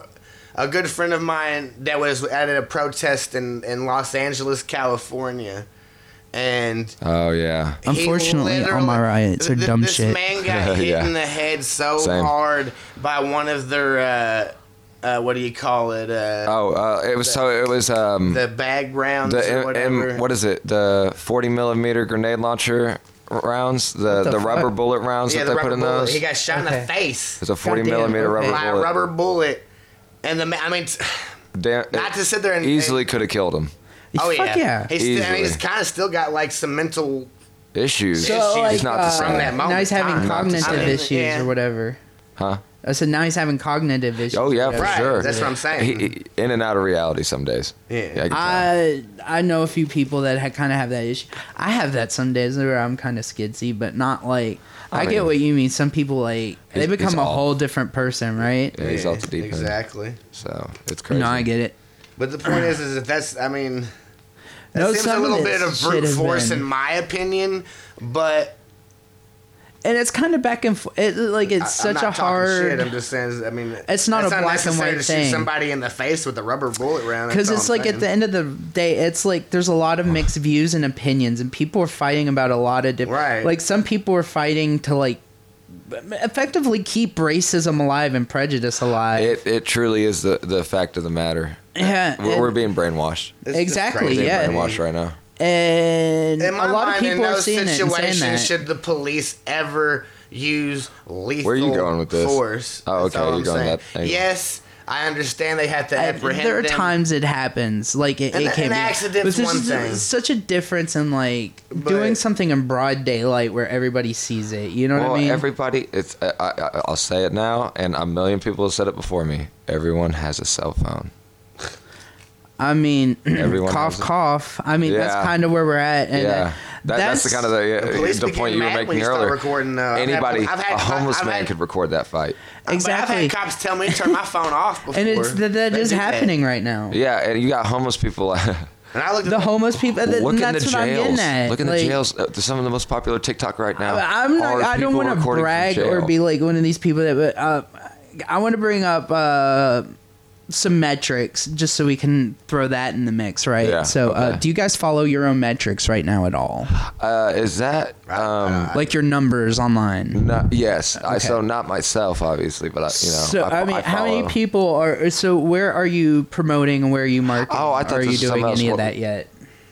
Speaker 2: a good friend of mine that was at a protest in in Los Angeles, California, and.
Speaker 3: Oh yeah.
Speaker 2: he
Speaker 1: Unfortunately, all my
Speaker 2: literally-
Speaker 1: riots are
Speaker 2: th- th-
Speaker 1: dumb
Speaker 2: this
Speaker 1: shit.
Speaker 2: man got hit
Speaker 3: Yeah.
Speaker 2: in the head so
Speaker 3: Same.
Speaker 2: hard by one of their, uh, uh, what do you call it? Uh,
Speaker 3: Oh, uh, it was so. It was um. The,
Speaker 2: the bag rounds or
Speaker 3: M-
Speaker 2: whatever.
Speaker 3: M- what is it? The 40 millimeter grenade launcher r- rounds. The
Speaker 1: the
Speaker 3: the, rubber
Speaker 1: fuck?
Speaker 3: bullet rounds
Speaker 2: yeah,
Speaker 3: that
Speaker 2: the
Speaker 3: they put
Speaker 2: rubber
Speaker 3: in
Speaker 2: bullet.
Speaker 3: those.
Speaker 2: He got shot in
Speaker 1: Okay.
Speaker 2: the face
Speaker 3: it's a 40
Speaker 1: Goddamn,
Speaker 3: millimeter
Speaker 1: okay.
Speaker 3: rubber
Speaker 2: by a
Speaker 3: bullet.
Speaker 2: rubber bullet, and the ma- I mean. T-
Speaker 3: Damn,
Speaker 2: Not
Speaker 3: it
Speaker 2: to sit there and
Speaker 3: easily could have killed him.
Speaker 2: Oh
Speaker 1: Fuck yeah.
Speaker 2: He's still, and
Speaker 3: Easily.
Speaker 2: he's kind of still got like some mental.
Speaker 3: Issues.
Speaker 2: So, It's like,
Speaker 3: he's not the
Speaker 2: uh,
Speaker 3: same.
Speaker 2: from that moment
Speaker 1: Now he's
Speaker 2: in
Speaker 1: having
Speaker 2: time.
Speaker 3: Not the
Speaker 1: cognitive
Speaker 3: same.
Speaker 1: issues
Speaker 2: Yeah.
Speaker 1: or whatever.
Speaker 3: Huh?
Speaker 1: I said now he's having cognitive issues.
Speaker 3: Oh yeah,
Speaker 1: or
Speaker 3: for
Speaker 1: whatever.
Speaker 2: Right,
Speaker 3: sure.
Speaker 2: that's what I'm saying.
Speaker 3: He, he- in and out of reality some days.
Speaker 2: Yeah.
Speaker 3: I, can tell.
Speaker 1: I I know a few people that ha- kind of have that issue. I have that some days where I'm kind of skidsy, but not like I,
Speaker 3: I
Speaker 1: get
Speaker 3: mean-
Speaker 1: what you mean. Some people like they
Speaker 3: He's-
Speaker 1: become
Speaker 3: he's
Speaker 1: a
Speaker 3: all-
Speaker 1: whole different person, right?
Speaker 3: yeah, he's off the deep end.
Speaker 2: Exactly.
Speaker 3: So it's crazy.
Speaker 1: No, I get it.
Speaker 2: But the point is, is that that's. I mean, That
Speaker 1: No,
Speaker 2: seems a
Speaker 1: some of
Speaker 2: little
Speaker 1: this
Speaker 2: bit of
Speaker 1: shit
Speaker 2: brute
Speaker 1: has
Speaker 2: force,
Speaker 1: been-
Speaker 2: in my opinion, but
Speaker 1: and it's kind of back and forth. It, like it's
Speaker 2: I- I'm
Speaker 1: such
Speaker 2: not
Speaker 1: a
Speaker 2: talking Shit. I'm
Speaker 1: hard
Speaker 2: just saying. I mean,
Speaker 1: It's not
Speaker 2: that's
Speaker 1: a black and
Speaker 2: necessary
Speaker 1: white
Speaker 2: to Shoot
Speaker 1: thing.
Speaker 2: somebody in the face with a rubber bullet round.
Speaker 1: because
Speaker 2: Because
Speaker 1: it's like at the end of the day, it's like there's a lot of mixed views and opinions, and people are fighting about a lot of different.
Speaker 2: Right.
Speaker 1: Like some people are fighting to like effectively keep racism alive and prejudice alive.
Speaker 3: It it truly is the the fact of the matter.
Speaker 1: yeah.
Speaker 3: We're,
Speaker 1: and-
Speaker 3: we're being brainwashed.
Speaker 1: Exactly,
Speaker 3: Being
Speaker 1: yeah.
Speaker 3: brainwashed right now.
Speaker 1: and
Speaker 2: In my
Speaker 1: a lot
Speaker 2: mind,
Speaker 1: of
Speaker 2: in
Speaker 1: people are
Speaker 2: no
Speaker 1: seeing it and saying
Speaker 2: situation
Speaker 1: that.
Speaker 2: should the police ever use lethal
Speaker 3: Where are you going with this?
Speaker 2: force.
Speaker 3: Oh,
Speaker 2: That's
Speaker 3: okay,
Speaker 2: all
Speaker 3: you're
Speaker 2: I'm
Speaker 3: going
Speaker 2: saying.
Speaker 3: that- okay.
Speaker 2: Yes, I understand they have to
Speaker 1: I-
Speaker 2: apprehend
Speaker 1: there are
Speaker 2: them,
Speaker 1: times it happens like it,
Speaker 2: An-
Speaker 1: it can
Speaker 2: an
Speaker 1: be
Speaker 2: accident's
Speaker 1: there's
Speaker 2: one
Speaker 1: just-
Speaker 2: thing.
Speaker 1: such a difference in like
Speaker 2: But-
Speaker 1: doing something in broad daylight where everybody sees it you know
Speaker 3: Well,
Speaker 1: what i mean
Speaker 3: everybody, it's I, I, I'll say it now, and a million people have said it before me. Everyone has a cell phone.
Speaker 1: i mean
Speaker 3: Everyone
Speaker 1: cough
Speaker 3: has it.
Speaker 1: cough i mean
Speaker 3: Yeah.
Speaker 1: that's kind of where we're at and uh,
Speaker 3: yeah, that, that's, the kind of
Speaker 2: The
Speaker 3: the,
Speaker 2: police
Speaker 3: the
Speaker 2: became
Speaker 3: point you were
Speaker 2: mad when
Speaker 3: making
Speaker 2: you started
Speaker 3: earlier.
Speaker 2: recording, uh, I've had-
Speaker 3: Anybody,
Speaker 2: I've had-
Speaker 3: a homeless
Speaker 2: I've
Speaker 3: man
Speaker 2: had-
Speaker 3: could record that fight.
Speaker 1: exactly
Speaker 2: But I've had cops tell me to turn my phone off before.
Speaker 1: and it's that, that
Speaker 2: They
Speaker 1: is
Speaker 2: do
Speaker 1: happening right now
Speaker 3: Yeah, and you got homeless people. uh,
Speaker 2: And I looked
Speaker 1: the
Speaker 2: at
Speaker 1: homeless people and
Speaker 3: Look in the
Speaker 1: that's what i'm
Speaker 3: jails.
Speaker 1: getting at
Speaker 3: Look in
Speaker 1: Like,
Speaker 3: the jails. Uh, some of the most popular TikTok right now.
Speaker 1: I'm not,
Speaker 3: are
Speaker 1: I don't
Speaker 3: people
Speaker 1: want to
Speaker 3: recording from
Speaker 1: brag or
Speaker 3: jail.
Speaker 1: be like one of these people that. But uh, I want to bring up uh, some metrics just so we can throw that in the mix, right?
Speaker 3: Yeah,
Speaker 1: so, uh,
Speaker 3: okay.
Speaker 1: do you guys follow your own metrics right now at all?
Speaker 3: Uh, is that? Um,
Speaker 1: like your numbers online.
Speaker 3: not, yes. I,
Speaker 1: Okay.
Speaker 3: so not myself, obviously, but I, you know.
Speaker 1: so I,
Speaker 3: I,
Speaker 1: mean,
Speaker 3: I
Speaker 1: how many
Speaker 3: follow.
Speaker 1: people are? So where are you promoting and where are you marketing?
Speaker 3: Oh, I thought
Speaker 1: are
Speaker 3: this
Speaker 1: you
Speaker 3: was
Speaker 1: doing
Speaker 3: something else.
Speaker 1: any of
Speaker 3: What-
Speaker 1: that yet?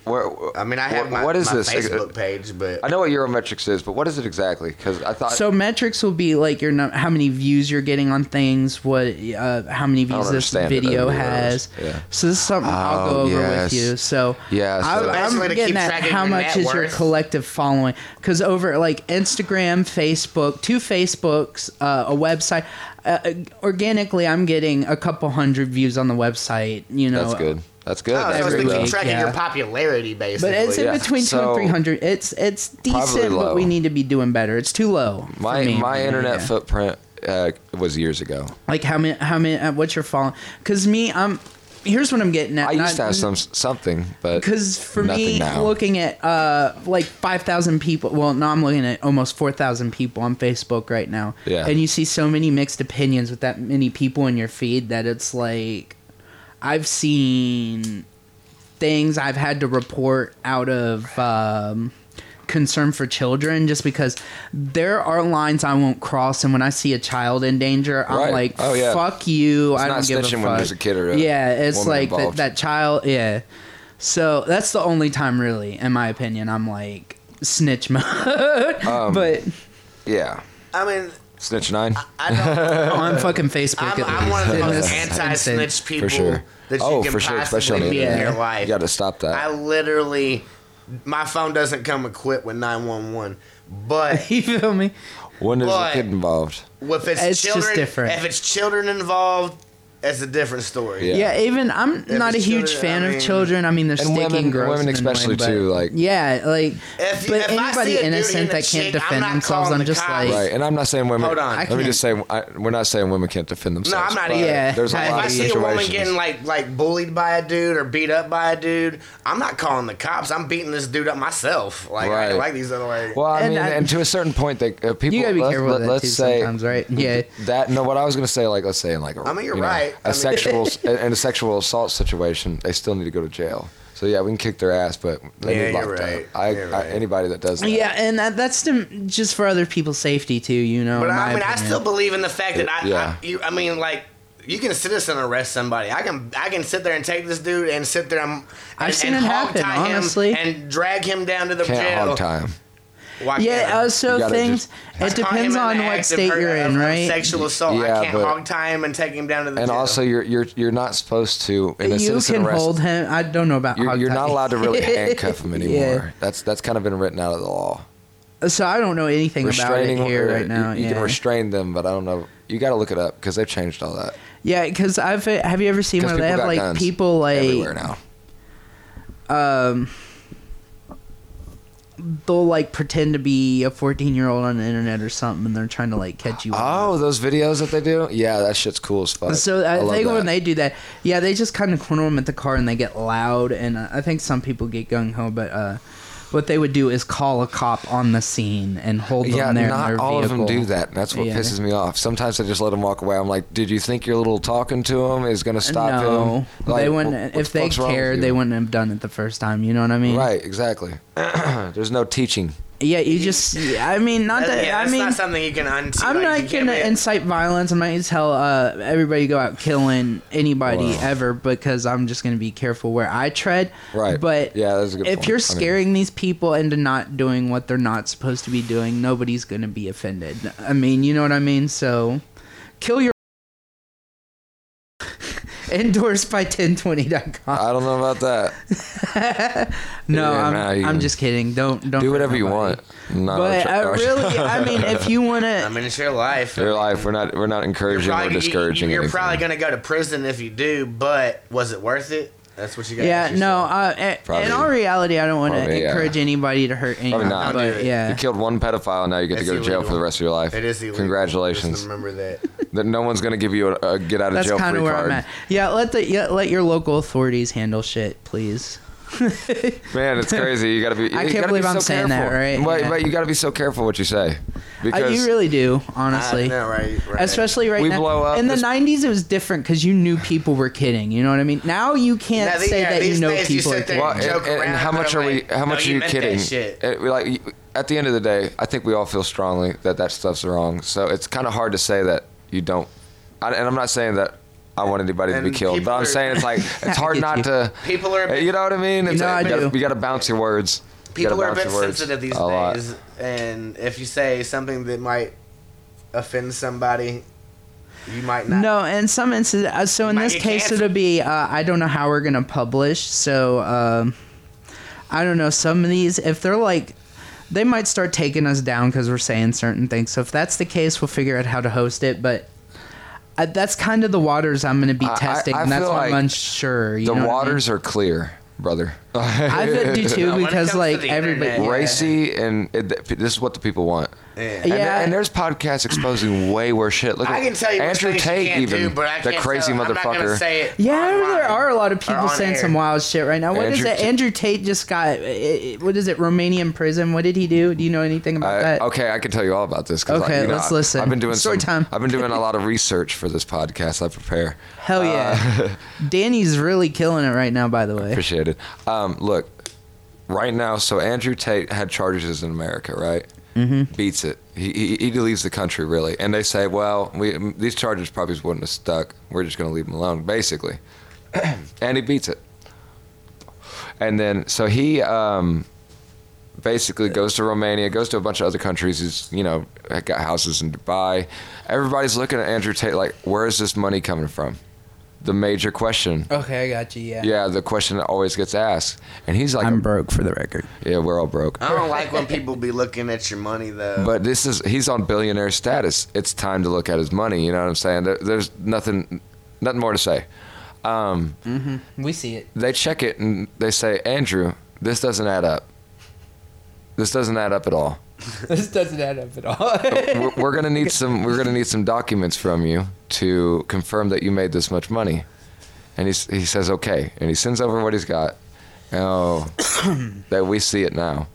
Speaker 3: Where,
Speaker 2: I mean, I have
Speaker 3: wh-
Speaker 2: my,
Speaker 3: what is
Speaker 2: my
Speaker 3: this?
Speaker 2: Facebook page, but
Speaker 3: I know what Eurometrics is, but what is it exactly? Because I thought
Speaker 1: So metrics will be like your num- how many views you're getting on things, what uh, how many views this
Speaker 3: understand it,
Speaker 1: video
Speaker 3: I don't know what it
Speaker 1: has.
Speaker 3: is. Yeah.
Speaker 1: So this is something I'll
Speaker 3: Oh,
Speaker 1: go over
Speaker 3: yes.
Speaker 1: with you. So
Speaker 3: Yeah, so
Speaker 1: I,
Speaker 3: that's-
Speaker 1: I'm
Speaker 2: Basically to
Speaker 1: getting
Speaker 2: keep
Speaker 1: at
Speaker 2: track of
Speaker 1: how
Speaker 2: your
Speaker 1: much
Speaker 2: net
Speaker 1: is your
Speaker 2: worth.
Speaker 1: collective following? Because over like Instagram, Facebook, two Facebooks, uh, a website. Uh, organically, I'm getting a couple hundred views on the website. You know,
Speaker 3: that's good. That's good.
Speaker 2: oh, so
Speaker 3: That's
Speaker 2: it's
Speaker 1: every
Speaker 2: to
Speaker 3: good.
Speaker 2: keep
Speaker 1: week,
Speaker 2: track of
Speaker 1: yeah.
Speaker 2: your popularity, basically.
Speaker 1: But it's in
Speaker 3: Yeah.
Speaker 1: between two
Speaker 3: So-
Speaker 1: and three hundred. It's it's decent,
Speaker 3: low.
Speaker 1: but we need to be doing better. It's too low. for
Speaker 3: my
Speaker 1: me.
Speaker 3: my internet
Speaker 1: Yeah.
Speaker 3: footprint uh, was years ago.
Speaker 1: Like how many? How many? Uh, what's your following? Because me, I'm. Here's what I'm getting at.
Speaker 3: I used to have some something, but
Speaker 1: Because for
Speaker 3: nothing
Speaker 1: me,
Speaker 3: now.
Speaker 1: looking at uh like five thousand people. Well, no, I'm looking at almost four thousand people on Facebook right now.
Speaker 3: Yeah.
Speaker 1: And you see so many mixed opinions with that many people in your feed that it's like, I've seen things I've had to report out of um, concern for children just because there are lines I won't cross. And when I see a child in danger,
Speaker 3: Right.
Speaker 1: I'm like,
Speaker 3: Oh, yeah.
Speaker 1: fuck you. I
Speaker 3: not
Speaker 1: don't give a
Speaker 3: snitching
Speaker 1: fuck.
Speaker 3: when there's a kid or a
Speaker 1: yeah, it's
Speaker 3: woman
Speaker 1: like that,
Speaker 3: involved.
Speaker 1: that child. Yeah. So that's the only time, really, in my opinion, I'm like snitch mode.
Speaker 3: Um,
Speaker 1: but
Speaker 3: yeah,
Speaker 2: I mean,
Speaker 3: Snitch Nine.
Speaker 2: I don't.
Speaker 1: on fucking Facebook,
Speaker 2: I'm,
Speaker 1: at
Speaker 2: I'm one of the
Speaker 1: least.
Speaker 2: most
Speaker 1: It's insane.
Speaker 2: anti-snitch people
Speaker 3: sure.
Speaker 2: that you
Speaker 3: Oh,
Speaker 2: can
Speaker 3: for sure, especially
Speaker 2: possibly
Speaker 3: on the
Speaker 2: meet in
Speaker 1: internet.
Speaker 2: your life.
Speaker 3: you got to stop that.
Speaker 2: I literally, my phone doesn't come equipped with 911, but
Speaker 1: You feel me?
Speaker 3: when is
Speaker 2: but-
Speaker 3: the kid involved?
Speaker 2: if it's,
Speaker 1: It's just
Speaker 2: children,
Speaker 1: different.
Speaker 2: if it's children involved, it's a different story.
Speaker 3: Yeah.
Speaker 1: Yeah, even I'm not a
Speaker 2: it's
Speaker 1: huge
Speaker 2: children,
Speaker 1: fan
Speaker 2: I
Speaker 1: of
Speaker 2: mean-
Speaker 1: children. I mean, they're
Speaker 3: And women-
Speaker 1: sticking gross.
Speaker 3: women
Speaker 1: in the way,
Speaker 3: especially,
Speaker 1: but-
Speaker 3: too, like-
Speaker 1: yeah, like.
Speaker 2: If-
Speaker 1: but
Speaker 2: if I see
Speaker 1: anybody
Speaker 2: a dude
Speaker 1: innocent that
Speaker 2: hitting a
Speaker 1: can't
Speaker 2: chick, I'm
Speaker 1: defend
Speaker 2: not
Speaker 1: themselves,
Speaker 2: calling
Speaker 1: I'm
Speaker 2: the
Speaker 1: just
Speaker 2: cops.
Speaker 1: like,
Speaker 3: Right, and I'm not saying women.
Speaker 2: Hold on. I
Speaker 3: Let me
Speaker 1: can't-
Speaker 3: just say I, we're not saying women can't defend themselves.
Speaker 2: I'm not
Speaker 3: but
Speaker 2: either.
Speaker 1: Yeah,
Speaker 3: There's a
Speaker 1: I-
Speaker 2: If
Speaker 3: lot
Speaker 2: I
Speaker 3: of
Speaker 2: see a woman
Speaker 3: situations.
Speaker 2: getting like like bullied by a dude or beat up by a dude, I'm not calling the cops. I'm beating this dude up myself. Like I
Speaker 3: Right.
Speaker 2: ain't like these other ladies.
Speaker 3: well, I
Speaker 1: And
Speaker 3: mean,
Speaker 1: I-
Speaker 3: and to a certain point, they, uh, people.
Speaker 1: you gotta be
Speaker 3: let,
Speaker 1: careful with
Speaker 3: let,
Speaker 1: that
Speaker 3: us
Speaker 1: too
Speaker 3: say
Speaker 1: sometimes, right? Yeah.
Speaker 3: That no, what I was gonna say, like let's say in like a,
Speaker 2: I mean, you're
Speaker 3: you know,
Speaker 2: right.
Speaker 3: a
Speaker 2: I mean-
Speaker 3: sexual in a sexual assault situation, they still need to go to jail. So yeah, we can kick their ass, but they
Speaker 2: Yeah,
Speaker 3: need
Speaker 2: you're
Speaker 3: locked
Speaker 2: right.
Speaker 3: up. I,
Speaker 2: You're
Speaker 3: I,
Speaker 2: right.
Speaker 3: anybody that does that,
Speaker 1: Yeah, and that, that's to, just for other people's safety too, you know.
Speaker 2: but
Speaker 1: in
Speaker 2: I
Speaker 1: my
Speaker 2: mean, I
Speaker 1: opinion.
Speaker 2: still believe in the fact that I,
Speaker 3: Yeah.
Speaker 2: I, you, I mean, like you can citizen arrest somebody. I can I can sit there and take this dude and sit there. And,
Speaker 1: I've
Speaker 2: and,
Speaker 1: seen
Speaker 2: and
Speaker 1: it
Speaker 2: hog
Speaker 1: happen,
Speaker 2: tie him
Speaker 1: honestly.
Speaker 2: and drag him down to the
Speaker 3: can't
Speaker 2: jail.
Speaker 3: hog time.
Speaker 2: Why can't
Speaker 1: Yeah,
Speaker 2: I?
Speaker 1: uh, so
Speaker 3: You gotta
Speaker 1: things.
Speaker 3: just-
Speaker 1: it
Speaker 2: Caught him
Speaker 1: depends
Speaker 2: in
Speaker 1: on
Speaker 2: the
Speaker 1: what
Speaker 2: act of
Speaker 1: state
Speaker 2: her-
Speaker 1: you're
Speaker 2: of-
Speaker 1: in,
Speaker 2: of
Speaker 1: right?
Speaker 2: Sexual assault.
Speaker 3: Yeah,
Speaker 2: I can't
Speaker 3: but-
Speaker 2: hog tie him and take him down to the
Speaker 3: And
Speaker 2: jail.
Speaker 3: also, you're you're you're not supposed to in a
Speaker 1: You
Speaker 3: citizen
Speaker 1: can
Speaker 3: arrest.
Speaker 1: hold him. I don't know about.
Speaker 3: you're,
Speaker 1: hog
Speaker 3: you're not
Speaker 1: tie.
Speaker 3: allowed to really handcuff him anymore. That's that's kind of been written out of the law.
Speaker 1: So I don't know anything about it
Speaker 3: Restraining
Speaker 1: here
Speaker 3: or-
Speaker 1: right now.
Speaker 3: You, you
Speaker 1: yeah.
Speaker 3: can restrain them, but I don't know. You got to look it up because they've changed all that.
Speaker 1: Yeah, because I've have you ever seen
Speaker 3: 'Cause
Speaker 1: where they
Speaker 3: people
Speaker 1: have
Speaker 3: got
Speaker 1: like
Speaker 3: guns
Speaker 1: people like
Speaker 3: everywhere now.
Speaker 1: um they'll like pretend to be a 14 year old on the internet or something, and they're trying to like catch you. out.
Speaker 3: Oh, those videos that they do? Yeah, that shit's cool as fuck.
Speaker 1: So I,
Speaker 3: love
Speaker 1: think when
Speaker 3: that.
Speaker 1: they do that, yeah, they just kind of corner them at the car and they get loud, and uh, I think some people get gung ho, but uh, what they would do is call a cop on the scene and hold them
Speaker 3: yeah,
Speaker 1: there. in
Speaker 3: not
Speaker 1: their
Speaker 3: all of them
Speaker 1: vehicle.
Speaker 3: do that. and That's what
Speaker 1: Yeah.
Speaker 3: pisses me off. Sometimes I just let them walk away. I'm like, did you think your little talking to him is gonna stop
Speaker 1: Uh, no,
Speaker 3: him? Like,
Speaker 1: they
Speaker 3: wh- what
Speaker 1: wouldn't.
Speaker 3: the
Speaker 1: If they
Speaker 3: fuck's wrong with
Speaker 1: cared,
Speaker 3: you?
Speaker 1: they wouldn't have done it the first time. You know what I mean?
Speaker 3: Right, exactly. There's no teaching.
Speaker 1: Yeah, you just. I mean, not that.
Speaker 2: yeah,
Speaker 1: I
Speaker 2: that's
Speaker 1: mean,
Speaker 2: not something you can undo.
Speaker 1: I'm
Speaker 2: like,
Speaker 1: not
Speaker 2: you can't
Speaker 1: gonna
Speaker 2: be-
Speaker 1: incite violence. I'm not gonna tell uh, everybody go out killing anybody
Speaker 3: Wow.
Speaker 1: ever because I'm just gonna be careful where I tread.
Speaker 3: Right.
Speaker 1: But
Speaker 3: Yeah, that's a good
Speaker 1: if
Speaker 3: point.
Speaker 1: you're
Speaker 3: I mean-
Speaker 1: scaring these people into not doing what they're not supposed to be doing, nobody's gonna be offended. I mean, you know what I mean. So, kill your. Endorsed by 1020.com.
Speaker 3: I don't know about that.
Speaker 1: No,
Speaker 3: Yeah,
Speaker 1: I'm,
Speaker 3: nah, you
Speaker 1: I'm
Speaker 3: can
Speaker 1: just kidding. Don't don't
Speaker 3: do
Speaker 1: hurt
Speaker 3: whatever you
Speaker 1: nobody.
Speaker 3: want. No,
Speaker 1: But
Speaker 3: tr-
Speaker 1: I
Speaker 3: no, tr-
Speaker 1: really, I mean, if you wanna,
Speaker 2: I mean, it's your life.
Speaker 3: your life, we're not we're not encouraging or discouraging.
Speaker 2: You're
Speaker 3: anything.
Speaker 2: probably gonna go to prison if you do, but was it worth it? That's what you got.
Speaker 1: Yeah, no. Uh, a-
Speaker 3: Probably-
Speaker 1: in all reality, I don't want
Speaker 3: probably,
Speaker 1: to
Speaker 3: yeah.
Speaker 1: encourage anybody to hurt anyone.
Speaker 3: not.
Speaker 2: Don't
Speaker 1: But
Speaker 2: do it.
Speaker 3: You
Speaker 1: yeah,
Speaker 3: killed one pedophile. Now you get
Speaker 2: It's
Speaker 3: to go to jail
Speaker 2: illegal.
Speaker 3: for the rest of your life.
Speaker 2: It is illegal. Just
Speaker 3: Congratulations.
Speaker 2: remember that.
Speaker 3: That no one's gonna give you a, a get out of
Speaker 1: that's
Speaker 3: jail
Speaker 1: kind
Speaker 3: free
Speaker 1: of where
Speaker 3: card.
Speaker 1: I'm at. Yeah, let the yeah, let your local authorities handle shit, please.
Speaker 3: Man, it's crazy. You gotta be.
Speaker 1: I
Speaker 3: you
Speaker 1: can't
Speaker 3: gotta be
Speaker 1: believe
Speaker 3: so
Speaker 1: I'm saying that,
Speaker 3: careful.
Speaker 1: right?
Speaker 3: But,
Speaker 1: Yeah.
Speaker 3: but you gotta be so careful what you say,
Speaker 1: I,
Speaker 3: because
Speaker 1: you really do,
Speaker 2: I
Speaker 1: honestly.
Speaker 2: know, right, right.
Speaker 1: Especially right
Speaker 3: We
Speaker 1: now.
Speaker 3: blow up
Speaker 1: In the
Speaker 3: this-
Speaker 1: '90s, it was different because you knew people were kidding. You know what I mean? Now you can't
Speaker 2: Now, the-
Speaker 1: say
Speaker 2: yeah,
Speaker 1: that you
Speaker 2: these
Speaker 1: know
Speaker 2: days you
Speaker 1: people are
Speaker 2: sit there
Speaker 1: kidding.
Speaker 3: Well,
Speaker 2: and
Speaker 3: and,
Speaker 2: joke
Speaker 3: and
Speaker 2: around,
Speaker 3: how
Speaker 2: but
Speaker 3: much
Speaker 2: I'm
Speaker 3: are we?
Speaker 2: like,
Speaker 3: How
Speaker 2: no,
Speaker 3: much
Speaker 2: you
Speaker 3: are you
Speaker 2: meant that
Speaker 3: kidding?
Speaker 2: shit.
Speaker 3: It- we like you- at the end of the day, I think we all feel strongly that that stuff's wrong. So it's kind of hard to say that you don't. I, and I'm not saying that I want anybody to be
Speaker 2: And
Speaker 3: killed,
Speaker 2: people
Speaker 3: but I'm
Speaker 2: are-
Speaker 3: saying it's like it's hard
Speaker 1: get
Speaker 3: not
Speaker 1: you.
Speaker 3: to.
Speaker 2: People are a bit-
Speaker 3: You know what I mean? It's
Speaker 1: No,
Speaker 3: like,
Speaker 1: I
Speaker 3: you,
Speaker 1: do.
Speaker 3: Gotta, you gotta bounce your words. You
Speaker 2: people
Speaker 3: gotta
Speaker 2: are a
Speaker 3: bounce
Speaker 2: bit
Speaker 3: your words
Speaker 2: sensitive these
Speaker 3: a lot.
Speaker 2: days, and if you say something that might offend somebody, you might not.
Speaker 1: No, in some instances. Uh, so in
Speaker 2: Might
Speaker 1: this
Speaker 2: get
Speaker 1: case,
Speaker 2: canceled.
Speaker 1: it'll be uh, I don't know how we're gonna publish. So um, I don't know some of these if they're like. They might start taking us down because we're saying certain things. So if that's the case, we'll figure out how to host it. But uh that's kind of the waters I'm going to be
Speaker 3: I- I-
Speaker 1: testing,
Speaker 3: I
Speaker 1: and that's
Speaker 3: feel
Speaker 1: why I'm
Speaker 3: like
Speaker 1: unsure. You
Speaker 3: The
Speaker 1: know what I mean?
Speaker 3: waters are clear, brother.
Speaker 1: I feel- do too
Speaker 2: when it comes
Speaker 1: because
Speaker 2: to
Speaker 1: like
Speaker 2: the
Speaker 1: everybody.
Speaker 2: internet,
Speaker 1: yeah.
Speaker 3: Racy and it, th- this is what the people want.
Speaker 2: Yeah.
Speaker 3: And, there-
Speaker 1: Yeah.
Speaker 3: and there's podcasts exposing way worse shit. Look
Speaker 2: I
Speaker 3: at
Speaker 2: can tell you what
Speaker 3: Andrew
Speaker 2: things you
Speaker 3: Tate,
Speaker 2: can't
Speaker 3: even
Speaker 2: do, but I
Speaker 3: the
Speaker 2: can't
Speaker 3: crazy
Speaker 2: tell- I'm
Speaker 3: motherfucker.
Speaker 2: not gonna say it
Speaker 1: Yeah, I remember there
Speaker 2: online
Speaker 1: are a lot
Speaker 2: or
Speaker 1: of people
Speaker 2: on
Speaker 1: saying
Speaker 2: air.
Speaker 1: some wild shit right now. What is
Speaker 3: Andrew
Speaker 1: that?
Speaker 3: Ta-
Speaker 1: Andrew Tate just got. eh, eh, What is it? Romanian prison. What did he do? Do you know anything about
Speaker 3: I,
Speaker 1: that?
Speaker 3: okay, I can tell you all about this. 'cause,
Speaker 1: Okay,
Speaker 3: you
Speaker 1: let's
Speaker 3: I-
Speaker 1: listen.
Speaker 3: I've been doing
Speaker 1: Story
Speaker 3: some-
Speaker 1: time.
Speaker 3: I've been doing a lot of research for this podcast. I prepare.
Speaker 1: Hell yeah. Danny's really killing it right now, by the way.
Speaker 3: uh, Appreciate it. Um, look, right now, so Andrew Tate had charges in America, right? Mm-hmm. Beats it. He, he he leaves the country really, and they say, well, we these charges probably wouldn't have stuck. We're just going to leave him alone, basically. and he beats it. And then so he um, basically goes to Romania, goes to a bunch of other countries. He's you know got houses in Dubai. Everybody's looking at Andrew Tate like, where is this money coming from? The major question.
Speaker 1: Okay, I got you. Yeah.
Speaker 3: Yeah, the question that always gets asked, and he's like,
Speaker 1: I'm broke for the record.
Speaker 3: "Yeah, we're all broke."
Speaker 2: I don't like when people be looking at your money though.
Speaker 3: But this is—he's on billionaire status. It's time to look at his money. You know what I'm saying? There, there's nothing, nothing more to say. Um,
Speaker 1: We see it.
Speaker 3: they check it and they say, "Andrew, this doesn't add up. This doesn't add up at all.
Speaker 1: This doesn't add up at all.
Speaker 3: We're, we're gonna need some. We're gonna need some documents from you to confirm that you made this much money." And he's, he says, "Okay," and he sends over what he's got. Oh, that we see it now.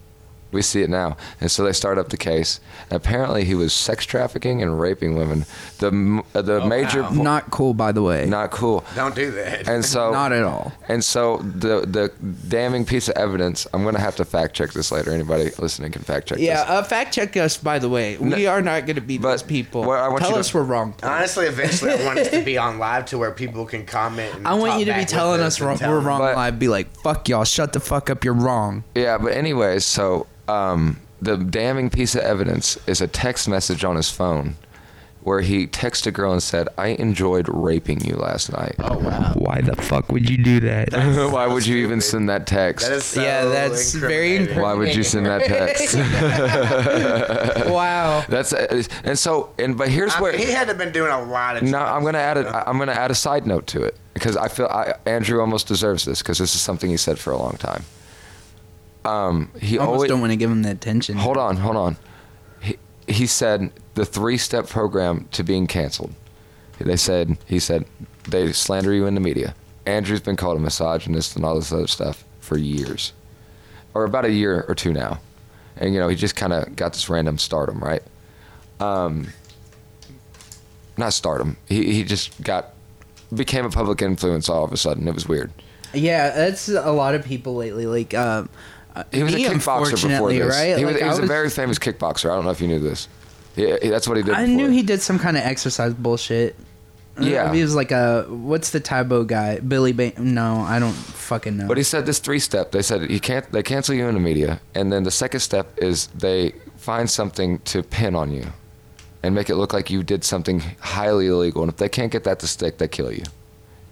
Speaker 3: We see it now. And so they start up the case. And apparently, he was sex trafficking and raping women. The m- uh,
Speaker 1: Oh,
Speaker 3: the major po-
Speaker 1: Not cool, by the way.
Speaker 3: not cool.
Speaker 2: don't do that.
Speaker 3: And so
Speaker 1: Not at all.
Speaker 3: And so the the damning piece of evidence. I'm gonna have to fact check this later. Anybody listening can fact check
Speaker 1: Yeah,
Speaker 3: this.
Speaker 1: uh, fact check us, by the way. We are not going to be
Speaker 3: But
Speaker 1: those people.
Speaker 3: what I want
Speaker 1: Tell
Speaker 3: you to-
Speaker 1: us we're wrong.
Speaker 2: Honestly, eventually, I want us to be on live to where people can comment. And
Speaker 1: I want
Speaker 2: talk
Speaker 1: you to
Speaker 2: back
Speaker 1: be
Speaker 2: with
Speaker 1: telling us
Speaker 2: and
Speaker 1: wrong,
Speaker 2: tell
Speaker 1: we're
Speaker 2: them.
Speaker 1: wrong
Speaker 3: But-
Speaker 1: live. Be like, fuck y'all, shut the fuck up, you're wrong.
Speaker 3: Yeah, but anyways, so um, the damning piece of evidence is a text message on his phone where he texted a girl and said, "I enjoyed raping you last night."
Speaker 2: Oh wow,
Speaker 1: Why the fuck would you do that?
Speaker 3: Why would you even
Speaker 2: stupid.
Speaker 3: send that text?
Speaker 2: that is so
Speaker 1: Yeah, that's very
Speaker 2: incriminating.
Speaker 1: incri-
Speaker 3: Why would you send that text?
Speaker 1: wow.
Speaker 3: That's and so and but here's
Speaker 2: I mean,
Speaker 3: where
Speaker 2: he had to been doing a lot of.
Speaker 3: no, I'm gonna add a, I'm gonna add a side note to it because I feel I, Andrew almost deserves this because this is something he said for a long time. um, he
Speaker 1: almost
Speaker 3: always
Speaker 1: don't want to give him the attention.
Speaker 3: hold on, hold on. He, he said the three-step program to being canceled. They said he said they slander you in the media. Andrew's been called a misogynist and all this other stuff for years, or about a year or two now, and you know he just kind of got this random stardom, right? Um, not stardom. He he just got became a public influence all of a sudden. It was weird.
Speaker 1: Yeah, that's a lot of people lately. Like, um, uh,
Speaker 3: He was
Speaker 1: me,
Speaker 3: a kickboxer before
Speaker 1: unfortunately,
Speaker 3: this.
Speaker 1: right?
Speaker 3: He was,
Speaker 1: Like,
Speaker 3: he was
Speaker 1: I
Speaker 3: a very famous kickboxer. I don't know if you knew this. He, he- that's what he did.
Speaker 1: I knew
Speaker 3: before.
Speaker 1: he did some kind of exercise bullshit.
Speaker 3: Yeah.
Speaker 1: he was like a what's the Tybo guy? Billy Ba No, I don't fucking know.
Speaker 3: But he said this three step. They said you can't. They cancel you in the media, and then the second step is they find something to pin on you, and make it look like you did something highly illegal. And if they can't get that to stick, they kill you.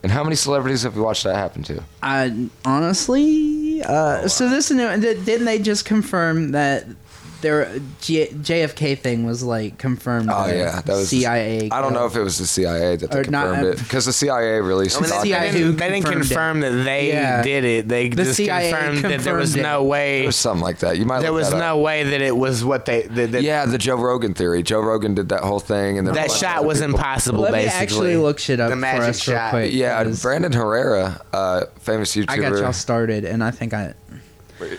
Speaker 3: And how many celebrities have you watched that happen to?
Speaker 1: I honestly,
Speaker 3: Oh,
Speaker 1: uh, so this new. th- Didn't they just confirm that their G- JFK thing was like confirmed?
Speaker 3: Oh,
Speaker 1: by CIA.
Speaker 3: I don't know if it was the CIA that they
Speaker 1: Or not- uh,
Speaker 3: confirmed it because the CIA released.
Speaker 2: I mean,
Speaker 3: the
Speaker 2: they,
Speaker 1: CIA
Speaker 2: they didn't, they didn't
Speaker 1: confirmed it.
Speaker 2: confirm that they
Speaker 1: Yeah.
Speaker 2: did it. They
Speaker 1: The
Speaker 2: just
Speaker 1: CIA
Speaker 2: confirmed that there was
Speaker 1: confirmed it.
Speaker 2: no way.
Speaker 3: It was something like that. You might.
Speaker 2: there
Speaker 3: look
Speaker 2: was
Speaker 3: that up.
Speaker 2: no way that it was what they. That, that,
Speaker 3: Yeah, the Joe Rogan theory. Joe Rogan did that whole thing, and then
Speaker 2: that shot was impossible.
Speaker 1: Let me
Speaker 2: basically,
Speaker 1: actually look shit up
Speaker 2: The
Speaker 1: for
Speaker 2: magic
Speaker 1: us real
Speaker 2: shot.
Speaker 1: quick.
Speaker 3: Yeah,
Speaker 1: because
Speaker 3: Brandon Herrera, uh, famous YouTuber.
Speaker 1: I got y'all started, and I think I.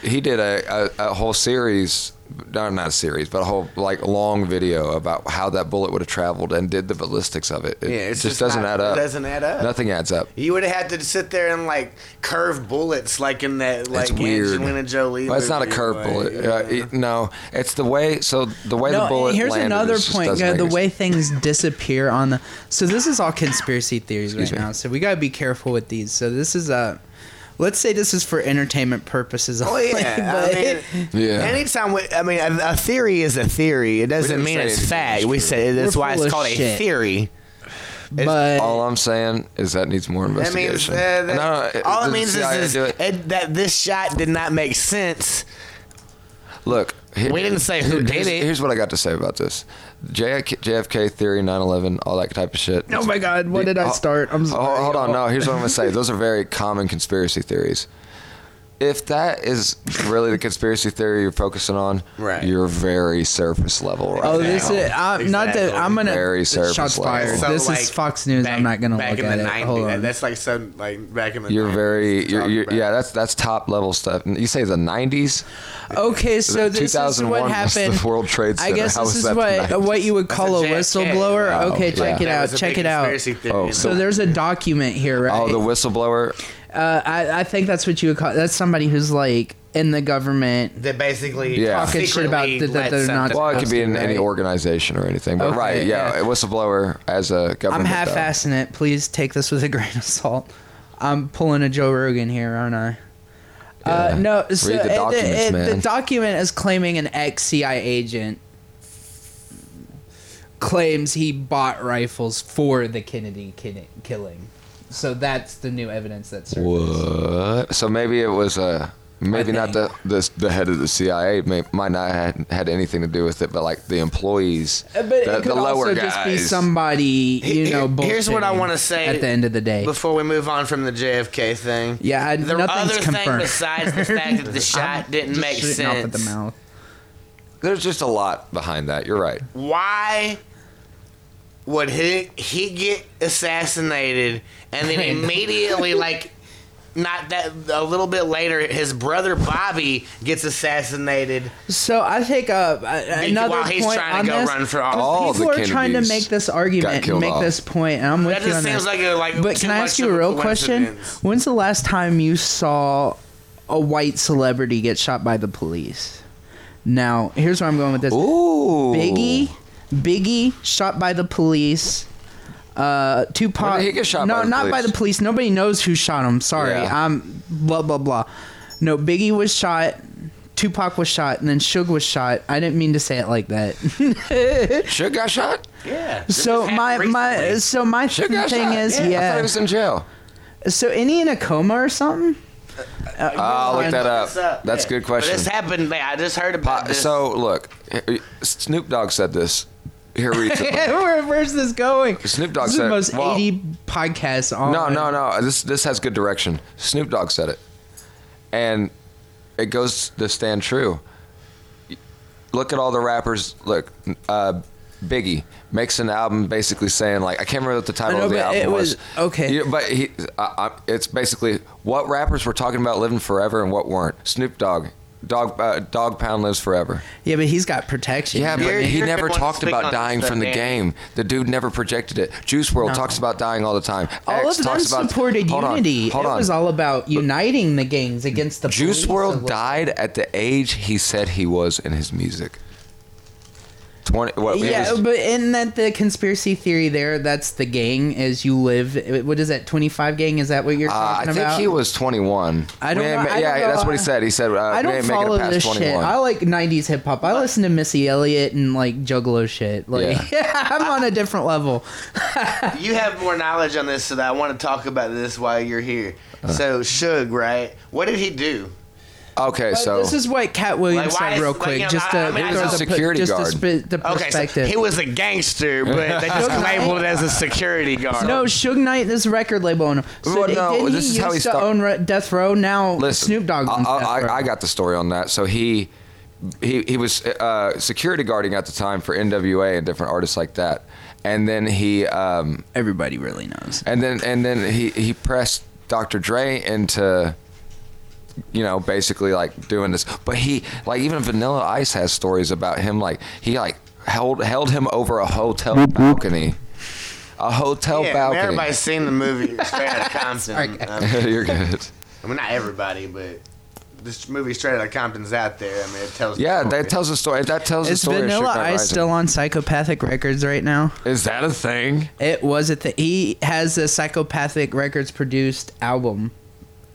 Speaker 3: he did a, a, a whole series no, not a series but a whole like long video about how that bullet would have traveled and did the ballistics of it it
Speaker 2: Yeah, it's
Speaker 3: just,
Speaker 2: just
Speaker 3: doesn't
Speaker 2: not-
Speaker 3: add up
Speaker 2: it doesn't add up.
Speaker 3: nothing adds up
Speaker 2: You would have had to sit there and like curve bullets, like in that like
Speaker 3: it's weird
Speaker 2: Angelina Jolie.
Speaker 3: Well, it's not a
Speaker 2: movie,
Speaker 3: curve
Speaker 2: like,
Speaker 3: bullet
Speaker 2: yeah.
Speaker 3: uh, it- no it's the way so the way the bullet
Speaker 1: here's
Speaker 3: landed,
Speaker 1: another
Speaker 3: it just
Speaker 1: point.
Speaker 3: doesn't
Speaker 1: guy,
Speaker 3: make
Speaker 1: the
Speaker 3: any
Speaker 1: way things disappear on the. So this is all conspiracy theories right now. So we gotta be careful with these. So this is Uh, let's say this is for entertainment purposes
Speaker 2: Oh
Speaker 1: only.
Speaker 2: yeah,
Speaker 1: but
Speaker 2: I mean,
Speaker 3: Yeah.
Speaker 2: Anytime, we, I mean, a, a theory is a theory. It doesn't
Speaker 3: didn't
Speaker 2: mean
Speaker 3: say
Speaker 2: it's
Speaker 3: anything
Speaker 2: fact.
Speaker 3: was
Speaker 2: We
Speaker 3: true.
Speaker 2: said that's
Speaker 1: We're
Speaker 2: why
Speaker 1: full
Speaker 2: it's
Speaker 1: of
Speaker 2: called
Speaker 1: shit.
Speaker 2: a theory.
Speaker 1: but
Speaker 3: all i'm saying is that needs more
Speaker 2: That means
Speaker 3: investigation
Speaker 2: uh, that,
Speaker 3: no,
Speaker 2: all it
Speaker 3: the
Speaker 2: means
Speaker 3: CIA
Speaker 2: is, is
Speaker 3: do it.
Speaker 2: it- that this shot did not make sense.
Speaker 3: Look, here-
Speaker 2: We didn't say who did
Speaker 3: here's,
Speaker 2: it.
Speaker 3: Here's what I got to say about this: JFK, JFK theory, 9/11, all that type of shit.
Speaker 1: Oh my God, what did I
Speaker 3: Oh,
Speaker 1: start? I'm sorry,
Speaker 3: Oh, hold on,
Speaker 1: y'all.
Speaker 3: no. Here's what I'm gonna say: those are very common conspiracy theories. If that is really the conspiracy theory you're focusing on,
Speaker 2: Right.
Speaker 3: you're very surface level right
Speaker 1: oh, this
Speaker 3: now.
Speaker 1: is I'm not that I'm gonna
Speaker 3: Very surface
Speaker 1: shots
Speaker 3: level.
Speaker 1: fired.
Speaker 3: So,
Speaker 1: this is Fox News. I'm not gonna look at it. Hold on.
Speaker 2: That's like some like back in the.
Speaker 3: You're very, you're, you're, yeah. That's that's top level stuff. And You say the 90s.
Speaker 1: Okay, so this is
Speaker 3: 2001
Speaker 1: what
Speaker 3: was
Speaker 1: happened.
Speaker 3: the World Trade
Speaker 1: I guess
Speaker 3: Center. How
Speaker 1: this
Speaker 3: was
Speaker 1: is
Speaker 3: that
Speaker 1: what
Speaker 3: the 90s?
Speaker 1: what you would call a,
Speaker 2: That's a JFK.
Speaker 1: whistleblower.
Speaker 3: Oh,
Speaker 1: okay,
Speaker 3: yeah.
Speaker 1: check it
Speaker 2: That
Speaker 1: out.
Speaker 2: was a
Speaker 1: Check
Speaker 2: big
Speaker 1: it out.
Speaker 2: conspiracy theory,
Speaker 3: Oh,
Speaker 2: you
Speaker 3: so
Speaker 1: So
Speaker 2: know?
Speaker 1: there's a document here, right?
Speaker 3: Oh, the whistleblower.
Speaker 1: Uh, I, I think that's what you would call. That's somebody who's like in the government.
Speaker 2: that basically
Speaker 3: Yeah.
Speaker 1: Talking shit
Speaker 2: secretly
Speaker 1: about th- that
Speaker 2: let
Speaker 1: they're not-
Speaker 2: something-
Speaker 3: Well, it could be in
Speaker 1: Right.
Speaker 3: any organization or anything, but
Speaker 1: Okay,
Speaker 3: right, yeah,
Speaker 1: yeah.
Speaker 3: a whistleblower as a
Speaker 1: I'm
Speaker 3: government. though.
Speaker 1: half-assing it. Please take this with a grain of salt. I'm pulling a Joe Rogan here, aren't I? Uh,
Speaker 3: Yeah.
Speaker 1: no,
Speaker 3: Read
Speaker 1: so
Speaker 3: the
Speaker 1: it- it-
Speaker 3: documents,
Speaker 1: it- the
Speaker 3: man.
Speaker 1: document is claiming an ex CI agent claims he bought rifles for the Kennedy kin- killing. So that's the new evidence Uh, that's surfaced.
Speaker 3: What? So maybe it was uh, maybe not the, the the head of the CIA may, might not had had anything to do with it, but like the employees,
Speaker 1: Uh, But
Speaker 3: the,
Speaker 1: it could
Speaker 3: the lower
Speaker 1: also
Speaker 3: guys.
Speaker 1: just be somebody, you know.
Speaker 2: Here- here's what I
Speaker 1: bullshitting
Speaker 2: wanna say
Speaker 1: At the end of the day,
Speaker 2: Before we move on from the JFK thing,
Speaker 1: Yeah, I,
Speaker 2: the
Speaker 1: nothing's
Speaker 2: other thing
Speaker 1: confirmed.
Speaker 2: besides the fact that the shot didn't
Speaker 1: Just
Speaker 2: make
Speaker 1: shooting
Speaker 2: sense.
Speaker 1: off at the mouth.
Speaker 3: There's just a lot behind that. You're right.
Speaker 2: why would he he get assassinated and then
Speaker 1: I know.
Speaker 2: immediately like not that a little bit later his brother Bobby gets assassinated
Speaker 1: So I think uh, another
Speaker 2: while he's
Speaker 1: point
Speaker 2: trying to
Speaker 1: on
Speaker 2: go
Speaker 1: this,
Speaker 2: run for
Speaker 3: all
Speaker 1: people
Speaker 3: the
Speaker 1: are trying to
Speaker 3: Kennedys
Speaker 1: make this
Speaker 3: got
Speaker 1: argument and
Speaker 3: killed
Speaker 1: make
Speaker 3: off.
Speaker 1: this point, and I'm with
Speaker 2: That
Speaker 1: you
Speaker 2: just
Speaker 1: on
Speaker 2: seems
Speaker 1: this.
Speaker 2: like a- like
Speaker 1: but
Speaker 2: too
Speaker 1: can I
Speaker 2: much
Speaker 1: ask you
Speaker 2: of
Speaker 1: a
Speaker 2: a
Speaker 1: real question?
Speaker 2: coincidence.
Speaker 1: When's the last time you saw a white celebrity get shot by the police? Now, here's where I'm going with this.
Speaker 3: Ooh,
Speaker 1: Biggie, Biggie shot by the police. Uh, Tupac.
Speaker 3: When did he get shot
Speaker 1: no,
Speaker 3: by the
Speaker 1: not by
Speaker 3: police?
Speaker 1: the police. Nobody knows who shot him. Sorry.
Speaker 3: Yeah.
Speaker 1: Um, blah blah blah. No, Biggie was shot. Tupac was shot, and then Suge was shot. I didn't mean to say it like that.
Speaker 3: Suge got shot.
Speaker 2: yeah this
Speaker 1: so
Speaker 2: just
Speaker 1: my
Speaker 2: happened
Speaker 1: my
Speaker 2: recently.
Speaker 1: so my
Speaker 3: Suge got
Speaker 1: thing
Speaker 3: shot.
Speaker 1: is
Speaker 3: I thought
Speaker 1: yeah.
Speaker 3: he was in jail.
Speaker 1: so any in a coma or something?
Speaker 3: Uh, I'll look
Speaker 1: fine.
Speaker 3: that
Speaker 2: What's up?
Speaker 3: up. That's a
Speaker 2: Yeah.
Speaker 3: good question.
Speaker 2: But this happened like, I just heard about
Speaker 3: Uh,
Speaker 2: this
Speaker 3: so look, Snoop Dogg said this here recently.
Speaker 1: Where, where's this going?
Speaker 3: Snoop Dogg
Speaker 1: this is the
Speaker 3: said-
Speaker 1: most
Speaker 3: well-
Speaker 1: eighty podcasts on.
Speaker 3: No, no, no. This this has good direction. Snoop Dogg said it, and it goes to stand true. Look at all the rappers. Look, uh, Biggie makes an album basically saying like I can't remember what the title
Speaker 1: I know,
Speaker 3: of the
Speaker 1: but
Speaker 3: album
Speaker 1: it was- okay.
Speaker 3: You- but he, I, I, it's basically what rappers were talking about living forever and what weren't. Snoop Dogg, Dog uh, Dog Pound lives forever.
Speaker 1: Yeah, but he's got protection.
Speaker 3: Yeah,
Speaker 1: you know what I
Speaker 3: but
Speaker 1: mean?
Speaker 3: he
Speaker 2: you're
Speaker 3: never
Speaker 2: the one
Speaker 3: talked
Speaker 2: that's big
Speaker 3: about
Speaker 2: on
Speaker 3: dying
Speaker 2: this,
Speaker 3: from the
Speaker 2: man.
Speaker 3: game. The dude never projected it. Juice World
Speaker 1: No.
Speaker 3: talks about dying all the time.
Speaker 1: all
Speaker 3: X
Speaker 1: of them
Speaker 3: talks about,
Speaker 1: supported
Speaker 3: hold on,
Speaker 1: unity.
Speaker 3: hold
Speaker 1: it
Speaker 3: on.
Speaker 1: was all about uniting the gangs against the police
Speaker 3: Juice World
Speaker 1: of-
Speaker 3: died at the age he said he was in his music. Twenty. What, he
Speaker 1: Yeah,
Speaker 3: was-
Speaker 1: but isn't that the conspiracy theory there? That's the gang as you live. What is that? Twenty five gang? Is that what you're
Speaker 3: Uh, I
Speaker 1: talking
Speaker 3: think
Speaker 1: about?
Speaker 3: he was 21.
Speaker 1: I don't
Speaker 3: We ain't
Speaker 1: know-
Speaker 3: ma-
Speaker 1: I
Speaker 3: yeah,
Speaker 1: don't know.
Speaker 3: that's what he said. He said, uh,
Speaker 1: I
Speaker 3: we
Speaker 1: don't
Speaker 3: ain't making
Speaker 1: follow
Speaker 3: it past
Speaker 1: this
Speaker 3: 21.
Speaker 1: shit. I like '90s hip hop. I listen to Missy Elliott and like Juggalo shit. Like, I'm on a different level.
Speaker 2: You have more knowledge on this, so that I want to talk about this while you're here.
Speaker 1: Uh.
Speaker 2: so, Suge, right? What did he do?
Speaker 3: Okay,
Speaker 1: But
Speaker 3: so
Speaker 1: this is what Cat Williams
Speaker 2: Like, why
Speaker 1: said,
Speaker 2: is-
Speaker 1: real
Speaker 2: like,
Speaker 1: quick,
Speaker 2: you know,
Speaker 1: just to
Speaker 2: I- I mean, I
Speaker 1: throw
Speaker 2: know-
Speaker 1: the put-
Speaker 3: Security
Speaker 1: just
Speaker 3: guard.
Speaker 1: to sp- the
Speaker 2: Okay,
Speaker 1: perspective.
Speaker 2: so he was a gangster, but they just labeled it as a security guard.
Speaker 1: No, Suge Knight. This record label owner. So
Speaker 3: Well,
Speaker 1: did-
Speaker 3: no,
Speaker 1: didn't
Speaker 3: this
Speaker 1: he
Speaker 3: is how he
Speaker 1: used to
Speaker 3: start-
Speaker 1: own Re- Death Row. Now
Speaker 3: listen,
Speaker 1: Snoop Dogg
Speaker 3: I,
Speaker 1: owns
Speaker 3: I,
Speaker 1: Death Row.
Speaker 3: I- I got the story on that. So he he he was uh, security guarding at the time for NWA and different artists like that. And then he um,
Speaker 1: Everybody really knows.
Speaker 3: and then and then he he pressed Dr. Dre into you know basically like doing this but he like even vanilla ice has stories about him like he like held held him over a hotel balcony a hotel
Speaker 2: yeah, I mean,
Speaker 3: balcony
Speaker 2: everybody's seen the movie Straight Outta Compton. I mean,
Speaker 3: you're good
Speaker 2: I mean, not everybody, but this movie Straight Outta Compton's out there. I mean, it tells. the
Speaker 3: yeah
Speaker 2: story.
Speaker 3: that tells a story that tells a
Speaker 1: Is
Speaker 3: story of Suge
Speaker 1: Vanilla
Speaker 3: Knight
Speaker 1: Ice
Speaker 3: Rising.
Speaker 1: still on Psychopathic Records right now?
Speaker 3: is that a thing
Speaker 1: It was a thing. He has a Psychopathic Records produced album.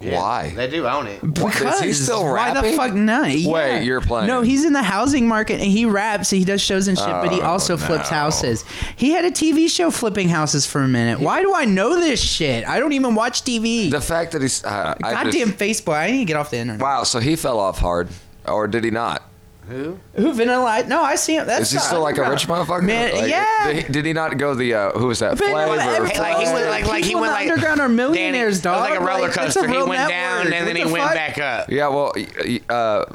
Speaker 2: Yeah,
Speaker 3: why
Speaker 2: they do own it.
Speaker 3: Is he still
Speaker 1: Why
Speaker 3: rapping?
Speaker 1: the fuck not? Yeah.
Speaker 3: Wait, you're playing.
Speaker 1: No, he's in the housing market and he raps. He does shows and shit, but he
Speaker 3: Oh,
Speaker 1: also flips
Speaker 3: no.
Speaker 1: houses. He had a TV show flipping houses for a minute. Why do I know this shit? I don't even watch TV.
Speaker 3: the fact that he's uh, I just-
Speaker 1: Goddamn Facebook. I need to get off the internet.
Speaker 3: wow so he fell off hard or did he not
Speaker 2: Who?
Speaker 1: Who Vanilla? Ice- No, I see him. That's
Speaker 3: Is he
Speaker 1: not-
Speaker 3: still like a rich motherfucker?
Speaker 1: Man,
Speaker 3: Like,
Speaker 1: yeah.
Speaker 3: Did he, did he not go the uh, who was that?
Speaker 1: But
Speaker 3: Flavor.
Speaker 1: no, every-
Speaker 2: Hey, like, he went, like, like, he
Speaker 1: People in
Speaker 2: went
Speaker 1: the
Speaker 2: like
Speaker 1: underground are millionaires,
Speaker 2: Danny, It was like
Speaker 1: dog.
Speaker 2: a roller
Speaker 1: Like, that's a
Speaker 2: coaster. he
Speaker 1: real
Speaker 2: went down
Speaker 1: network.
Speaker 2: and then
Speaker 1: What
Speaker 2: he
Speaker 1: the
Speaker 2: went
Speaker 1: fuck?
Speaker 2: back up.
Speaker 3: yeah, well, y- y- uh,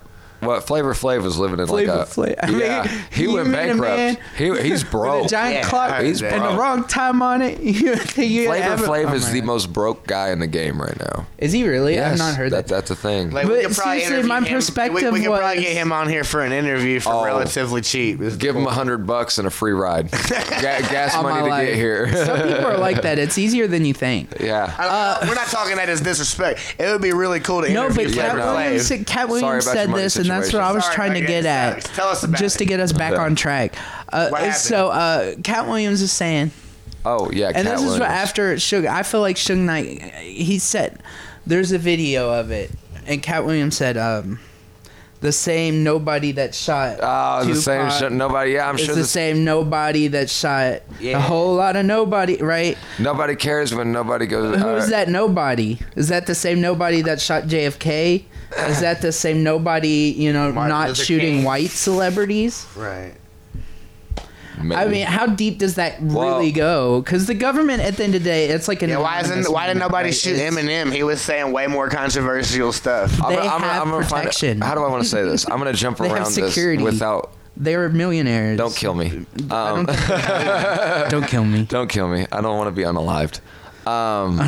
Speaker 3: what Flavor Flav was living in
Speaker 1: Flavor
Speaker 3: like a
Speaker 1: Flav. I mean,
Speaker 3: yeah, he
Speaker 1: you
Speaker 3: went
Speaker 1: mean a man
Speaker 3: bankrupt. He he's
Speaker 1: With
Speaker 3: broke.
Speaker 1: a giant
Speaker 2: Yeah,
Speaker 1: clock
Speaker 2: I
Speaker 1: and
Speaker 2: heard that.
Speaker 1: the wrong time on it. You think you
Speaker 3: Flavor
Speaker 1: have a-
Speaker 3: Flav
Speaker 1: Oh
Speaker 3: is
Speaker 1: my
Speaker 3: the
Speaker 1: God.
Speaker 3: most broke guy in the game right now.
Speaker 1: Is he really?
Speaker 3: Yes,
Speaker 1: I've not heard that.
Speaker 3: That's a thing.
Speaker 2: Like,
Speaker 1: But
Speaker 2: we could probably
Speaker 1: seriously,
Speaker 2: interview
Speaker 1: my
Speaker 2: him.
Speaker 1: perspective
Speaker 2: we, we could probably
Speaker 1: was-
Speaker 2: get him on here for an interview for
Speaker 3: Oh.
Speaker 2: relatively cheap. It's-
Speaker 3: Give him a hundred bucks and a free ride. Ga- gas
Speaker 1: All
Speaker 3: money
Speaker 1: my
Speaker 3: to
Speaker 1: life.
Speaker 3: get here.
Speaker 1: Some people are like that. It's easier than you think.
Speaker 3: yeah.
Speaker 2: I- we're not talking that as disrespect. It would be really cool to
Speaker 1: Uh, No, but
Speaker 2: interview
Speaker 1: Cat
Speaker 2: Flavor
Speaker 3: Flav.
Speaker 1: Williams,
Speaker 2: Flav.
Speaker 1: said- Cat
Speaker 3: Sorry
Speaker 1: Williams
Speaker 3: about your
Speaker 1: said
Speaker 3: money
Speaker 1: this, and that's what
Speaker 3: situation.
Speaker 1: I was
Speaker 2: Sorry,
Speaker 1: trying to
Speaker 2: okay,
Speaker 1: get at.
Speaker 2: thanks. Tell us about
Speaker 1: just to
Speaker 2: it.
Speaker 1: get us back
Speaker 3: Okay.
Speaker 1: on track.
Speaker 2: What
Speaker 1: Uh,
Speaker 2: happened?
Speaker 1: so uh, Cat Williams is saying,
Speaker 3: oh yeah.
Speaker 1: and
Speaker 3: Cat
Speaker 1: this is what
Speaker 3: Williams.
Speaker 1: after Suge. I feel like Suge Knight. He said, "There's a video of it," and Cat Williams said, um, "The same nobody that shot."
Speaker 2: Ah,
Speaker 3: Oh, the same
Speaker 1: Tupac
Speaker 3: shit. Nobody. Yeah, I'm
Speaker 1: It's
Speaker 3: sure
Speaker 1: the
Speaker 3: this-
Speaker 1: same nobody that shot
Speaker 2: Yeah.
Speaker 1: a whole lot of nobody, right?
Speaker 3: nobody cares when nobody goes.
Speaker 1: Who
Speaker 3: uh,
Speaker 1: is that nobody? Is that the same nobody that shot JFK? Is that the same nobody, you know,
Speaker 2: Martin
Speaker 1: not
Speaker 2: Luther
Speaker 1: shooting
Speaker 2: King.
Speaker 1: white celebrities?
Speaker 2: Right.
Speaker 1: I
Speaker 3: maybe.
Speaker 1: mean, how deep does that
Speaker 3: Well-
Speaker 1: really go? Because the government, at the end of the day, it's like an.
Speaker 2: Yeah, why
Speaker 1: anonymous
Speaker 2: isn't why did
Speaker 1: movement,
Speaker 2: nobody
Speaker 1: Mm-hmm. right?
Speaker 2: shoot
Speaker 1: It's-
Speaker 2: Eminem? He was saying way more controversial stuff.
Speaker 1: They
Speaker 3: gonna- gonna-
Speaker 1: have
Speaker 3: gonna find-
Speaker 1: protection.
Speaker 3: how do I want to say this? I'm going to jump
Speaker 1: They have
Speaker 3: around this
Speaker 1: security.
Speaker 3: without.
Speaker 1: They're millionaires.
Speaker 3: Don't kill me. Um,
Speaker 1: I don't think- don't kill me.
Speaker 3: Don't kill me. I don't want to be unalived. Um,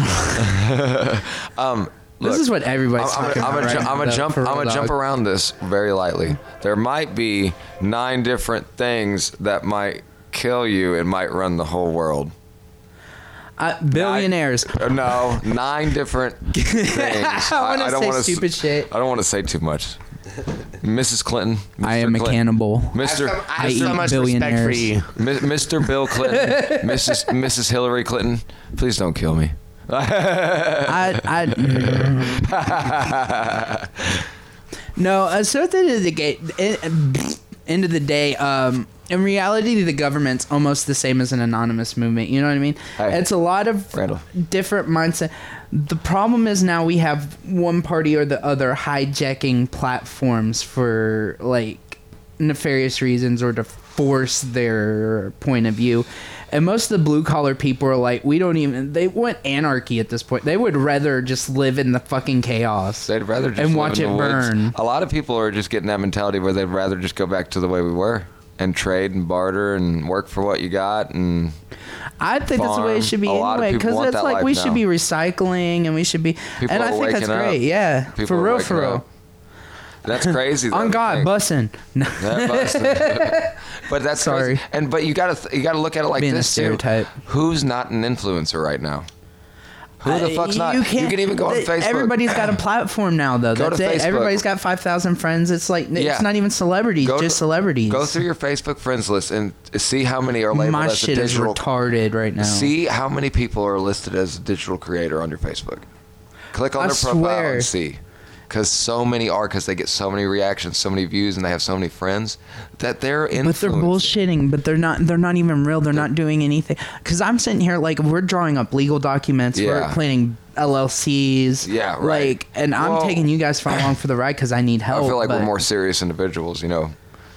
Speaker 3: um,
Speaker 1: This
Speaker 3: look,
Speaker 1: is what everybody's
Speaker 3: I'm,
Speaker 1: talking
Speaker 3: I'm,
Speaker 1: about. right now,
Speaker 3: I'm
Speaker 1: though,
Speaker 3: gonna jump.
Speaker 1: for
Speaker 3: I'm
Speaker 1: real,
Speaker 3: gonna jump
Speaker 1: dog.
Speaker 3: around this very lightly. There might be nine different things that might kill you and might run the whole world.
Speaker 1: Uh, billionaires.
Speaker 3: Uh, no, nine different things.
Speaker 1: I want to
Speaker 3: don't
Speaker 1: say
Speaker 3: wanna s-
Speaker 1: stupid shit.
Speaker 3: I don't want to say too much. Mrs. Clinton. Mr.
Speaker 1: I am a
Speaker 3: Clinton,
Speaker 1: cannibal.
Speaker 3: Mr.
Speaker 2: I have, so- I
Speaker 1: I
Speaker 2: have so
Speaker 1: eat
Speaker 2: much respect for
Speaker 1: billionaires.
Speaker 2: you.
Speaker 3: Mi- Mr. Bill Clinton, Mrs. Mrs. Hillary Clinton, please don't kill me.
Speaker 1: I, I no. Uh, so at the end of the ga- eh, end of the day, um, in reality, the government's almost the same as an anonymous movement. You know what I mean?
Speaker 3: Hey,
Speaker 1: it's a lot of
Speaker 3: Randall.
Speaker 1: different mindset. The problem is now we have one party or the other hijacking platforms for like nefarious reasons or to force their point of view. And most of the blue collar people are like, we don't even. They want anarchy at this point. They would rather just live in the fucking chaos.
Speaker 3: They'd rather just
Speaker 1: and
Speaker 3: live
Speaker 1: watch
Speaker 3: in
Speaker 1: it
Speaker 3: the woods.
Speaker 1: burn.
Speaker 3: A lot of people are just getting that mentality where they'd rather just go back to the way we were and trade and barter and work for what you got and
Speaker 1: I think that's the way
Speaker 3: farm.
Speaker 1: it should be
Speaker 3: A lot of
Speaker 1: anyway.
Speaker 3: people
Speaker 1: Because
Speaker 3: want
Speaker 1: it's
Speaker 3: that
Speaker 1: like
Speaker 3: life
Speaker 1: we
Speaker 3: now.
Speaker 1: should be recycling and we should be.
Speaker 3: People
Speaker 1: and I
Speaker 3: are
Speaker 1: think that's
Speaker 3: waking up.
Speaker 1: great. Yeah,
Speaker 3: People
Speaker 1: for
Speaker 3: are
Speaker 1: real,
Speaker 3: waking
Speaker 1: for real.
Speaker 3: up. that's crazy. though,
Speaker 1: On
Speaker 3: to
Speaker 1: God,
Speaker 3: think.
Speaker 1: bussin'. No.
Speaker 3: That busted. but that's
Speaker 1: Sorry.
Speaker 3: crazy. And but you gotta th- you gotta look at it like
Speaker 1: Being a
Speaker 3: this
Speaker 1: stereotype.
Speaker 3: too. Who's not an influencer right now? Who the
Speaker 1: Uh,
Speaker 3: fuck's not? You can even go on
Speaker 1: they-
Speaker 3: Facebook.
Speaker 1: Everybody's got a platform now, though.
Speaker 3: Go to
Speaker 1: That's it.
Speaker 3: Facebook.
Speaker 1: Everybody's got five thousand friends. It's like
Speaker 3: Yeah.
Speaker 1: it's not even celebrities, just
Speaker 3: Go th-
Speaker 1: celebrities.
Speaker 3: Go through your Facebook friends list and see how many are labeled
Speaker 1: My
Speaker 3: as a
Speaker 1: shit is
Speaker 3: digital.
Speaker 1: retarded right now.
Speaker 3: see how many people are listed as a digital creator on your Facebook. Click
Speaker 1: I
Speaker 3: on their profile
Speaker 1: swear.
Speaker 3: and see. Because so many are, because they get so many reactions, so many views, and they have so many friends that they're in.
Speaker 1: but they're bullshitting. But they're not. They're not even real. They're not doing anything. Because I'm sitting here like we're drawing up legal documents. We're
Speaker 3: Yeah.
Speaker 1: planning LLCs.
Speaker 3: Yeah, right.
Speaker 1: Like, and I'm
Speaker 3: Well-
Speaker 1: taking you guys for along for the ride because I need
Speaker 3: I
Speaker 1: help.
Speaker 3: feel like
Speaker 1: but-
Speaker 3: we're more serious individuals, you know.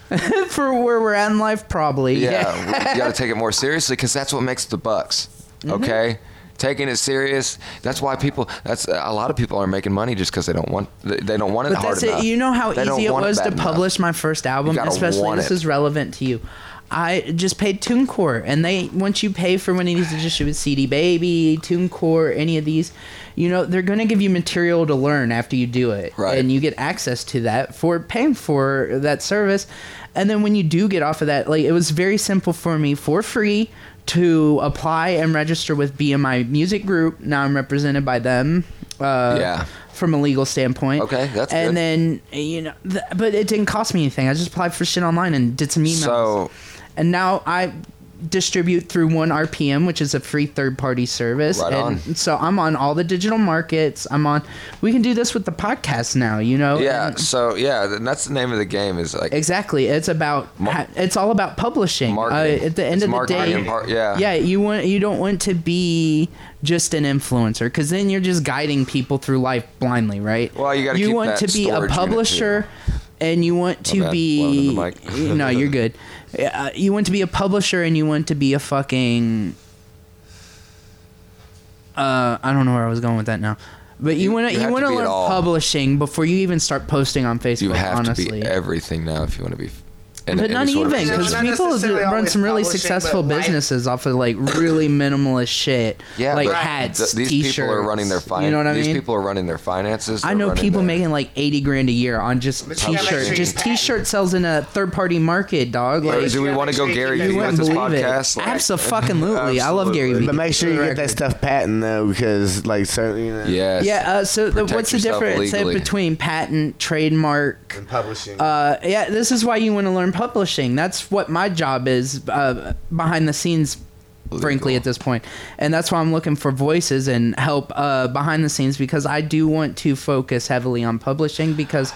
Speaker 1: for where we're at in life, probably.
Speaker 3: Yeah, you got to take it more seriously because that's what makes the bucks.
Speaker 1: Mm-hmm.
Speaker 3: Okay, taking it serious. That's why people. That's a lot of people are making money just because they don't want. They they don't want it
Speaker 1: But
Speaker 3: hard
Speaker 1: that's
Speaker 3: enough.
Speaker 1: it. You know how
Speaker 3: They don't
Speaker 1: easy it
Speaker 3: want
Speaker 1: was
Speaker 3: bad
Speaker 1: to
Speaker 3: enough.
Speaker 1: publish my first album,
Speaker 3: gotta
Speaker 1: especially
Speaker 3: want
Speaker 1: this
Speaker 3: it.
Speaker 1: is relevant to you. I just paid TuneCore, and they once you pay for one of these, just with CD Baby, TuneCore, any of these, you know they're going to give you material to learn after you do it,
Speaker 3: Right.
Speaker 1: and you get access to that for paying for that service. And then when you do get off of that, like it was very simple for me for free to apply and register with BMI Music Group. Now I'm represented by them. Uh,
Speaker 3: Yeah.
Speaker 1: From a legal standpoint.
Speaker 3: Okay, that's
Speaker 1: and
Speaker 3: good.
Speaker 1: then you know, th- but it didn't cost me anything. I just applied for shit online and did some emails.
Speaker 3: So-
Speaker 1: and now I distribute through one RPM, which is a free third-party service.
Speaker 3: Right
Speaker 1: and
Speaker 3: on.
Speaker 1: So I'm on all the digital markets. I'm on. We can do this with the podcast now. You know.
Speaker 3: Yeah.
Speaker 1: And-
Speaker 3: So yeah, th- that's the name of the game. Is like
Speaker 1: Exactly. It's about
Speaker 3: Mar-
Speaker 1: it's all about publishing.
Speaker 3: Marketing.
Speaker 1: Uh, at the end
Speaker 3: It's
Speaker 1: of the
Speaker 3: marketing
Speaker 1: day,
Speaker 3: and par- yeah.
Speaker 1: yeah, you want you don't want to be just an influencer because then you're just guiding people through life blindly, right?
Speaker 3: Well, you gotta
Speaker 1: you
Speaker 3: keep
Speaker 1: want
Speaker 3: that
Speaker 1: to be a
Speaker 3: storage unit, too.
Speaker 1: publisher, and you want to
Speaker 3: My bad.
Speaker 1: be
Speaker 3: Blowing in the mic.
Speaker 1: no, you're good. Uh, you want to be a publisher, and you want to be a fucking uh, I don't know where I was going with that now. But you
Speaker 3: You-
Speaker 1: want
Speaker 3: you
Speaker 1: to you
Speaker 3: have to
Speaker 1: want to
Speaker 3: be it
Speaker 1: learn
Speaker 3: all.
Speaker 1: publishing before you even start posting on Facebook.
Speaker 3: you have
Speaker 1: honestly,
Speaker 3: to be everything now if you want to be. in
Speaker 1: but
Speaker 3: any
Speaker 1: not even
Speaker 3: sort of
Speaker 1: because
Speaker 3: position.
Speaker 2: not
Speaker 1: people do
Speaker 2: necessarily
Speaker 1: run
Speaker 2: always
Speaker 1: some really
Speaker 2: publishing,
Speaker 1: successful
Speaker 2: but like-
Speaker 1: businesses off of like really minimalist shit.
Speaker 3: Yeah,
Speaker 1: like
Speaker 3: but
Speaker 1: hats,
Speaker 3: th- these
Speaker 1: t-shirts.
Speaker 3: people are running their finances.
Speaker 1: You know what I mean?
Speaker 3: These people are running their finances.
Speaker 1: I
Speaker 3: they're
Speaker 1: know
Speaker 3: running
Speaker 1: people
Speaker 3: their-
Speaker 1: making like eighty grand a year on just
Speaker 2: But you gotta
Speaker 1: t-shirts.
Speaker 3: make sure
Speaker 1: Just
Speaker 2: you patent.
Speaker 1: t-shirt sells in a third-party market, dog.
Speaker 3: Or
Speaker 1: Like
Speaker 3: Oh, do we want to go Gary
Speaker 2: You
Speaker 3: Vee
Speaker 1: you
Speaker 3: with
Speaker 1: wouldn't
Speaker 3: this
Speaker 1: believe
Speaker 3: podcast?
Speaker 1: it.
Speaker 3: Like-
Speaker 1: Absolutely, I love Gary Vee.
Speaker 2: But make sure you get
Speaker 1: Record.
Speaker 2: that stuff patent though, because like certainly. You know,
Speaker 3: Yes.
Speaker 1: Yeah. Uh, so the,
Speaker 3: Protect
Speaker 1: what's the
Speaker 3: yourself
Speaker 1: difference uh,
Speaker 3: legally.
Speaker 1: between patent, trademark?
Speaker 2: and Publishing.
Speaker 1: Uh, yeah, this is why you want to learn publishing. That's what my job is uh, behind the scenes, frankly,
Speaker 3: Legal.
Speaker 1: at this point. And that's why I'm looking for voices and help uh, behind the scenes because I do want to focus heavily on publishing because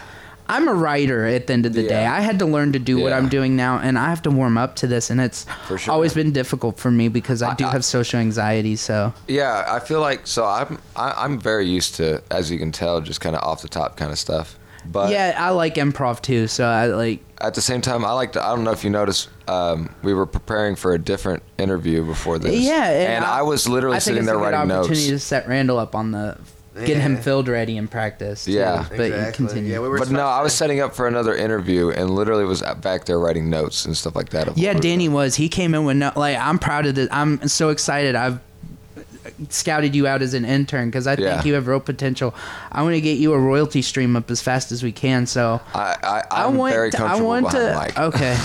Speaker 1: I'm a writer at the end of the day.
Speaker 3: Yeah.
Speaker 1: I had to learn to do what
Speaker 3: Yeah.
Speaker 1: I'm doing now and I have to warm up to this. And it's
Speaker 3: sure.
Speaker 1: always been difficult for me because I do
Speaker 3: I-
Speaker 1: have social anxiety. So.
Speaker 3: Yeah, I feel like so. I'm I, I'm very used to, as you can tell, just kind of off the top kind of stuff. But
Speaker 1: yeah, I like improv too, so I like
Speaker 3: at the same time, I like to. I don't know if you noticed, um, we were preparing for a different interview before this.
Speaker 1: Yeah,
Speaker 3: and, I, was literally
Speaker 1: I think
Speaker 3: sitting
Speaker 1: it's
Speaker 3: there
Speaker 1: a good
Speaker 3: writing notes.
Speaker 1: opportunity to set Randall up on the get him
Speaker 2: Yeah.
Speaker 1: filled ready in practice. too.
Speaker 3: Yeah.
Speaker 1: but you continue.
Speaker 2: Yeah,
Speaker 1: Yeah,
Speaker 2: we were
Speaker 3: but no, I was setting up for another interview, and literally was at- back there writing notes and stuff like that. of what we were
Speaker 1: Danny
Speaker 3: doing.
Speaker 1: was. He came in with no, like I'm proud of this. I'm so excited. I've scouted you out as an intern because I think
Speaker 3: Yeah.
Speaker 1: you have real potential. I want to get you a royalty stream up as fast as we can. So.
Speaker 3: I, I,
Speaker 1: I
Speaker 3: I'm
Speaker 1: want.
Speaker 3: very
Speaker 1: to-
Speaker 3: comfortable
Speaker 1: I want
Speaker 3: behind
Speaker 1: to.
Speaker 3: Mike.
Speaker 1: Okay.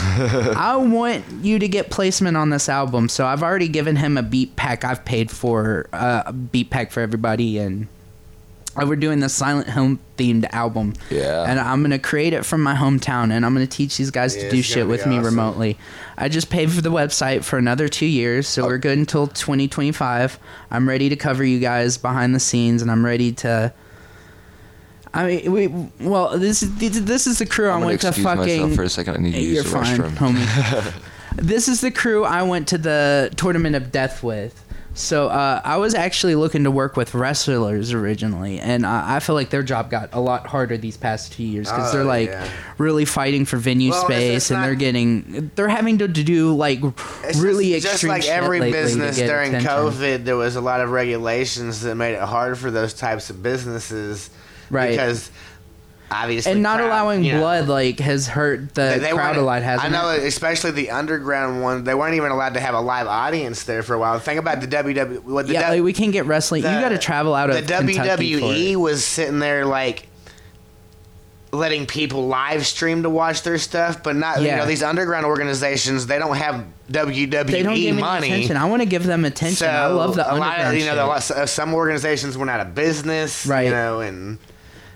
Speaker 1: I want you to get placement on this album. So I've already given him a beat pack. I've paid for uh, a beat pack for everybody, and uh, we're doing the Silent Hill themed album.
Speaker 3: Yeah.
Speaker 1: And I'm gonna create it from my hometown, and I'm gonna teach these guys
Speaker 2: Yeah,
Speaker 1: to do
Speaker 2: it's
Speaker 1: shit
Speaker 2: gonna
Speaker 1: with
Speaker 2: be
Speaker 1: me
Speaker 2: awesome.
Speaker 1: remotely. I just paid for the website for another two years,
Speaker 3: Oh.
Speaker 1: so we're good until 2025. I'm ready to cover you guys behind the scenes, and I'm ready to. I mean, we well, this is this is the crew
Speaker 3: I'm
Speaker 1: I
Speaker 3: gonna
Speaker 1: went to
Speaker 3: excuse myself
Speaker 1: fucking.
Speaker 3: for a second. I need to
Speaker 1: You're
Speaker 3: use the
Speaker 1: fine,
Speaker 3: restroom.
Speaker 1: homie. this is the crew I went to the tournament of death with. So uh, I was actually looking to work with wrestlers originally, and I, I feel like their job got a lot harder these past two years because
Speaker 2: Oh,
Speaker 1: they're like
Speaker 2: yeah.
Speaker 1: really fighting for venue
Speaker 2: Well, it's-
Speaker 1: space,
Speaker 2: it's
Speaker 1: and
Speaker 2: not-
Speaker 1: they're getting they're having to do like
Speaker 2: It's
Speaker 1: really
Speaker 2: just,
Speaker 1: extreme
Speaker 2: just like
Speaker 1: shit
Speaker 2: every
Speaker 1: lately to
Speaker 2: business
Speaker 1: get
Speaker 2: during
Speaker 1: attention.
Speaker 2: COVID, there was a lot of regulations that made it hard for those types of businesses,
Speaker 1: Right.
Speaker 2: Because obviously,
Speaker 1: and not
Speaker 2: crowd-
Speaker 1: allowing
Speaker 2: you know,
Speaker 1: blood like has hurt the crowd
Speaker 2: weren't-
Speaker 1: a lot.
Speaker 2: I
Speaker 1: Hasn't
Speaker 2: know,
Speaker 1: it?
Speaker 2: especially the underground one. They weren't even allowed to have a live audience there for a while. Think about the WWE. What the
Speaker 1: yeah,
Speaker 2: W-
Speaker 1: like we can't get wrestling.
Speaker 2: the-
Speaker 1: you got to travel out
Speaker 2: the E
Speaker 1: of Kentucky for it.
Speaker 2: WWE was sitting there like letting people live stream to watch their stuff, but not you
Speaker 1: Yeah.
Speaker 2: know these underground organizations. They don't have WWE
Speaker 1: They don't give me
Speaker 2: money.
Speaker 1: attention. I want to give them attention. I love the
Speaker 2: a
Speaker 1: underground.
Speaker 2: lot of, you know,
Speaker 1: shit.
Speaker 2: the, lots of- some organizations went out of business,
Speaker 1: Right.
Speaker 2: You know, and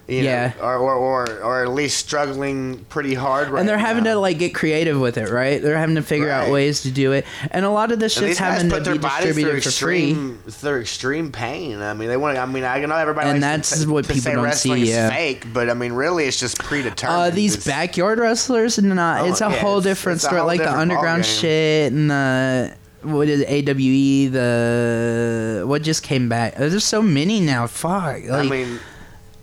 Speaker 2: you
Speaker 1: Yeah.
Speaker 2: know, or, or or or at least struggling pretty hard. Right
Speaker 1: and they're having
Speaker 2: now.
Speaker 1: to like get creative with it, right? They're having to figure out
Speaker 2: Right.
Speaker 1: ways to do it, and a lot of this
Speaker 2: And
Speaker 1: shit's
Speaker 2: these guys
Speaker 1: having to
Speaker 2: put their
Speaker 1: be
Speaker 2: bodies through
Speaker 1: distributed for free.
Speaker 2: extreme, through extreme pain. I mean, they want. to I mean, I know everybody.
Speaker 1: And
Speaker 2: likes
Speaker 1: that's
Speaker 2: to,
Speaker 1: what
Speaker 2: to
Speaker 1: people
Speaker 2: say
Speaker 1: don't see,
Speaker 2: wrestling is
Speaker 1: yeah.
Speaker 2: fake, but I mean, really, it's just predetermined.
Speaker 1: Uh, these
Speaker 2: It's-
Speaker 1: backyard wrestlers, nah,
Speaker 2: Oh,
Speaker 1: it's a
Speaker 2: yeah,
Speaker 1: whole
Speaker 2: it's-
Speaker 1: different
Speaker 2: it's a
Speaker 1: story.
Speaker 2: whole
Speaker 1: Like the
Speaker 2: different
Speaker 1: underground
Speaker 2: ballgame.
Speaker 1: shit and the what is it, AWE, the what just came back. Uh, There's so many now. Fuck, like
Speaker 2: I mean,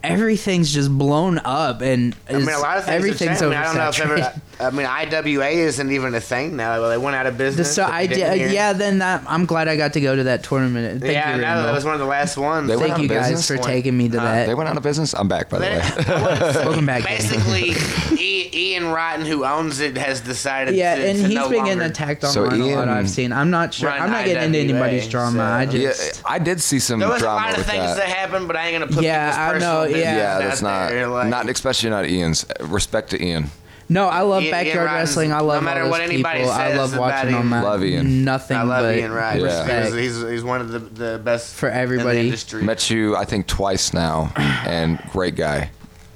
Speaker 1: everything's just blown up, and
Speaker 2: I mean,
Speaker 1: it's-
Speaker 2: a lot of things. have
Speaker 1: everything's
Speaker 2: changed. I mean, I don't know if
Speaker 1: oversaturated.
Speaker 2: ever. I mean, IWA isn't even a thing now. Well, They went out of business.
Speaker 1: so
Speaker 2: but they
Speaker 1: I
Speaker 2: didn't
Speaker 1: did, uh,
Speaker 2: hear-
Speaker 1: yeah. Then that I'm glad I got to go to that tournament. Thank
Speaker 2: yeah,
Speaker 1: you,
Speaker 2: I know
Speaker 1: Rainbow.
Speaker 2: that was one of the last ones.
Speaker 3: They went
Speaker 1: Thank
Speaker 3: out of
Speaker 1: you guys
Speaker 3: business?
Speaker 1: for taking me to that.
Speaker 3: Uh, They went out of business. I'm back, by the
Speaker 2: They-
Speaker 3: way.
Speaker 1: Welcome back. Gabe.
Speaker 2: Basically, I- Ian Rotten, who owns it, has decided.
Speaker 1: Yeah,
Speaker 2: to,
Speaker 1: and
Speaker 2: to
Speaker 1: he's
Speaker 2: no
Speaker 1: been getting
Speaker 2: longer-
Speaker 1: attacked
Speaker 3: So
Speaker 1: online a lot.
Speaker 3: Ian
Speaker 1: I've seen. I'm not sure.
Speaker 2: run
Speaker 1: I'm not getting into
Speaker 2: IWA,
Speaker 1: anybody's drama. I
Speaker 2: so-
Speaker 3: yeah,
Speaker 1: just
Speaker 3: I did see some
Speaker 2: There was a
Speaker 3: drama
Speaker 2: lot of
Speaker 3: with
Speaker 2: things
Speaker 3: that.
Speaker 2: that, happened, but I ain't gonna put
Speaker 1: Yeah,
Speaker 2: people's
Speaker 1: I
Speaker 2: personal
Speaker 1: know, yeah.
Speaker 2: business
Speaker 3: yeah,
Speaker 2: out
Speaker 3: that's not
Speaker 2: there, like-
Speaker 3: not especially not Ian's. Respect to Ian.
Speaker 1: no. I love
Speaker 2: Ian- Ian
Speaker 1: backyard
Speaker 2: Rotten's-
Speaker 1: wrestling. I
Speaker 2: no
Speaker 1: love
Speaker 2: matter
Speaker 1: all those
Speaker 2: what anybody
Speaker 1: people. I
Speaker 2: says
Speaker 1: love
Speaker 2: about
Speaker 1: watching
Speaker 2: Ian-
Speaker 1: online.
Speaker 3: Love Ian.
Speaker 1: Nothing.
Speaker 2: I love
Speaker 1: but
Speaker 2: Ian Ryan.
Speaker 3: Yeah.
Speaker 1: respect.
Speaker 2: He's, he's, he's one of the, the best
Speaker 1: For
Speaker 2: in
Speaker 1: everybody.
Speaker 2: the industry.
Speaker 3: Met you, I think, twice now, and great guy,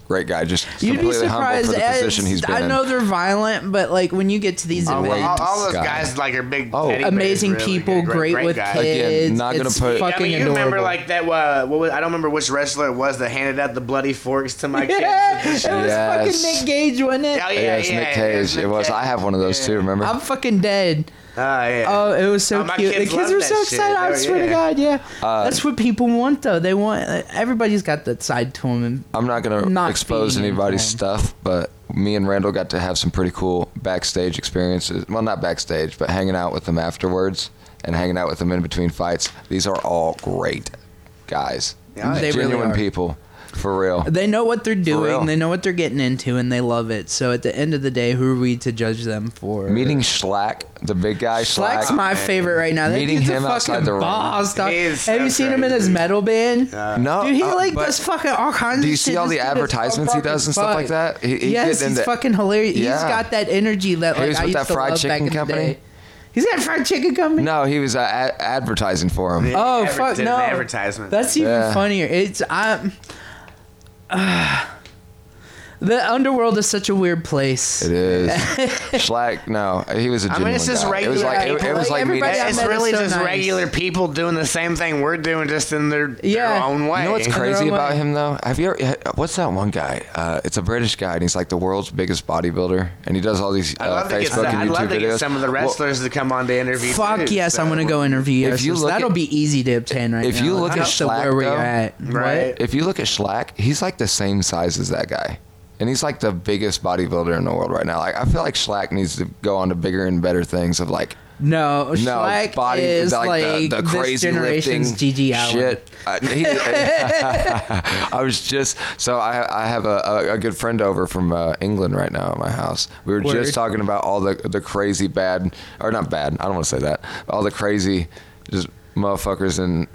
Speaker 3: great guy. Just
Speaker 1: You'd be
Speaker 3: completely humble
Speaker 1: surprised.
Speaker 3: for the
Speaker 1: It's-
Speaker 3: position he's been
Speaker 1: I know they're violent, but like when you get to these
Speaker 2: Oh, well,
Speaker 1: events,
Speaker 2: all, all those
Speaker 3: Scott.
Speaker 2: guys like are big,
Speaker 3: Oh.
Speaker 2: teddy bears,
Speaker 1: amazing
Speaker 2: really.
Speaker 1: people, great, with
Speaker 2: guys.
Speaker 1: kids.
Speaker 3: Again, not gonna
Speaker 1: it's
Speaker 3: put-
Speaker 1: fucking
Speaker 2: I mean, you
Speaker 1: adorable.
Speaker 2: remember like that? Uh, what was, I don't remember which wrestler it was that handed out the bloody forks to my
Speaker 1: yeah, it was
Speaker 2: kids. Oh,
Speaker 3: Yes.
Speaker 1: fucking Nick Gage, wasn't it?
Speaker 2: yeah,
Speaker 3: in. Yeah, it's
Speaker 2: yeah,
Speaker 3: Nick
Speaker 2: yeah,
Speaker 3: Cage.
Speaker 2: Nick
Speaker 3: It was.
Speaker 2: Cage.
Speaker 3: I have one of those
Speaker 2: Yeah.
Speaker 3: too. Remember?
Speaker 1: I'm fucking dead.
Speaker 2: Oh yeah.
Speaker 1: Oh, it was so
Speaker 2: Oh, my
Speaker 1: cute.
Speaker 2: kids
Speaker 1: the kids
Speaker 2: loved
Speaker 1: were
Speaker 2: that
Speaker 1: so
Speaker 2: shit.
Speaker 1: excited. I
Speaker 2: They were-
Speaker 1: swear to
Speaker 2: yeah.
Speaker 1: God, yeah.
Speaker 3: Uh,
Speaker 1: That's what people want, though. They want everybody's got that side to them. And
Speaker 3: I'm not gonna
Speaker 1: Not
Speaker 3: expose
Speaker 1: feeding
Speaker 3: anybody's
Speaker 1: him.
Speaker 3: stuff, but me and Randall got to have some pretty cool backstage experiences. Well, not backstage, but hanging out with them afterwards and hanging out with them in between fights. These are all great guys.
Speaker 2: Yeah,
Speaker 1: They really
Speaker 3: genuine
Speaker 1: are.
Speaker 3: people, for real.
Speaker 1: they know what they're
Speaker 3: real.
Speaker 1: doing. They know what they're getting into, and they love it. So at the end of the day, who are we to judge them for?
Speaker 3: Meeting Schlack, the big guy. Schlack.
Speaker 1: Slack's my favorite right now. That
Speaker 3: Meeting
Speaker 1: dude's a
Speaker 3: him
Speaker 1: fucking
Speaker 3: outside the ring.
Speaker 1: boss, dog.
Speaker 2: He is
Speaker 1: Have
Speaker 2: so
Speaker 1: you seen him in
Speaker 2: crazy.
Speaker 1: his metal band?
Speaker 3: no,
Speaker 1: Dude, he
Speaker 3: uh,
Speaker 1: like
Speaker 3: but
Speaker 1: does fucking all kinds.
Speaker 3: do you
Speaker 1: of
Speaker 3: see
Speaker 1: shit.
Speaker 3: all
Speaker 1: This
Speaker 3: the
Speaker 1: dude is so
Speaker 3: advertisements he does and stuff like
Speaker 1: fucking fun.
Speaker 3: that? He, he
Speaker 1: yes,
Speaker 3: getting
Speaker 1: he's
Speaker 3: into-
Speaker 1: fucking hilarious. He's
Speaker 3: Yeah.
Speaker 1: got that energy that
Speaker 3: He
Speaker 1: like
Speaker 3: was
Speaker 1: I
Speaker 3: with
Speaker 1: used
Speaker 3: that
Speaker 1: to
Speaker 3: fried
Speaker 1: love
Speaker 3: chicken
Speaker 1: back in
Speaker 3: company?
Speaker 1: the day. He's got fried chicken company.
Speaker 3: No, he was uh, a- advertising for him.
Speaker 1: Oh
Speaker 2: Adver-
Speaker 1: fuck
Speaker 2: did
Speaker 1: no!
Speaker 2: An advertisement.
Speaker 1: That's even
Speaker 3: Yeah.
Speaker 1: funnier. It's I'm. the underworld is such a weird place.
Speaker 3: It is. Schlack, no, he was a
Speaker 2: I
Speaker 3: genuine
Speaker 2: mean, it's just
Speaker 3: guy. It was
Speaker 2: regular
Speaker 3: like it, it
Speaker 2: people.
Speaker 1: Like,
Speaker 3: was like meeting.
Speaker 1: everybody I
Speaker 2: it's
Speaker 1: met is
Speaker 2: really
Speaker 1: so
Speaker 2: just
Speaker 1: nice.
Speaker 2: regular people doing the same thing we're doing, just in their, their
Speaker 1: Yeah.
Speaker 2: own way.
Speaker 3: You know what's
Speaker 1: their
Speaker 3: crazy
Speaker 1: own
Speaker 3: about
Speaker 1: way.
Speaker 3: him though? Have you? Ever, what's that one guy? Uh, it's a British guy, and he's like the world's biggest bodybuilder, and he does all these
Speaker 2: I'd
Speaker 3: uh,
Speaker 2: love, to get,
Speaker 3: Facebook
Speaker 2: some, I'd
Speaker 3: and YouTube
Speaker 2: love to
Speaker 3: videos.
Speaker 2: get some of the
Speaker 3: Well,
Speaker 2: wrestlers to come on to interview.
Speaker 1: Fuck
Speaker 2: too,
Speaker 1: yes,
Speaker 2: so-
Speaker 1: I'm gonna go interview you.
Speaker 3: If you look
Speaker 1: that'll
Speaker 3: at-
Speaker 1: be easy to obtain right
Speaker 3: if
Speaker 1: now.
Speaker 3: you look at
Speaker 1: That's the
Speaker 3: Slack,
Speaker 1: where we're
Speaker 3: though,
Speaker 1: at,
Speaker 2: right?
Speaker 3: if you look at Schlack, he's like the same size as that guy, and he's like the biggest bodybuilder in the world right now. Like I feel like Schlack needs to go on to bigger and better things of like
Speaker 1: No, no,
Speaker 3: no
Speaker 1: Slack
Speaker 3: body
Speaker 1: is like,
Speaker 3: the, the crazy
Speaker 1: this generation's
Speaker 3: lifting
Speaker 1: GG Allen.
Speaker 3: shit. I, he- I was just so I I have a, a, a good friend over from uh, England right now at my house. We were
Speaker 1: Word.
Speaker 3: just talking about all the the crazy bad or not bad. I don't want to say that. All the crazy just motherfuckers in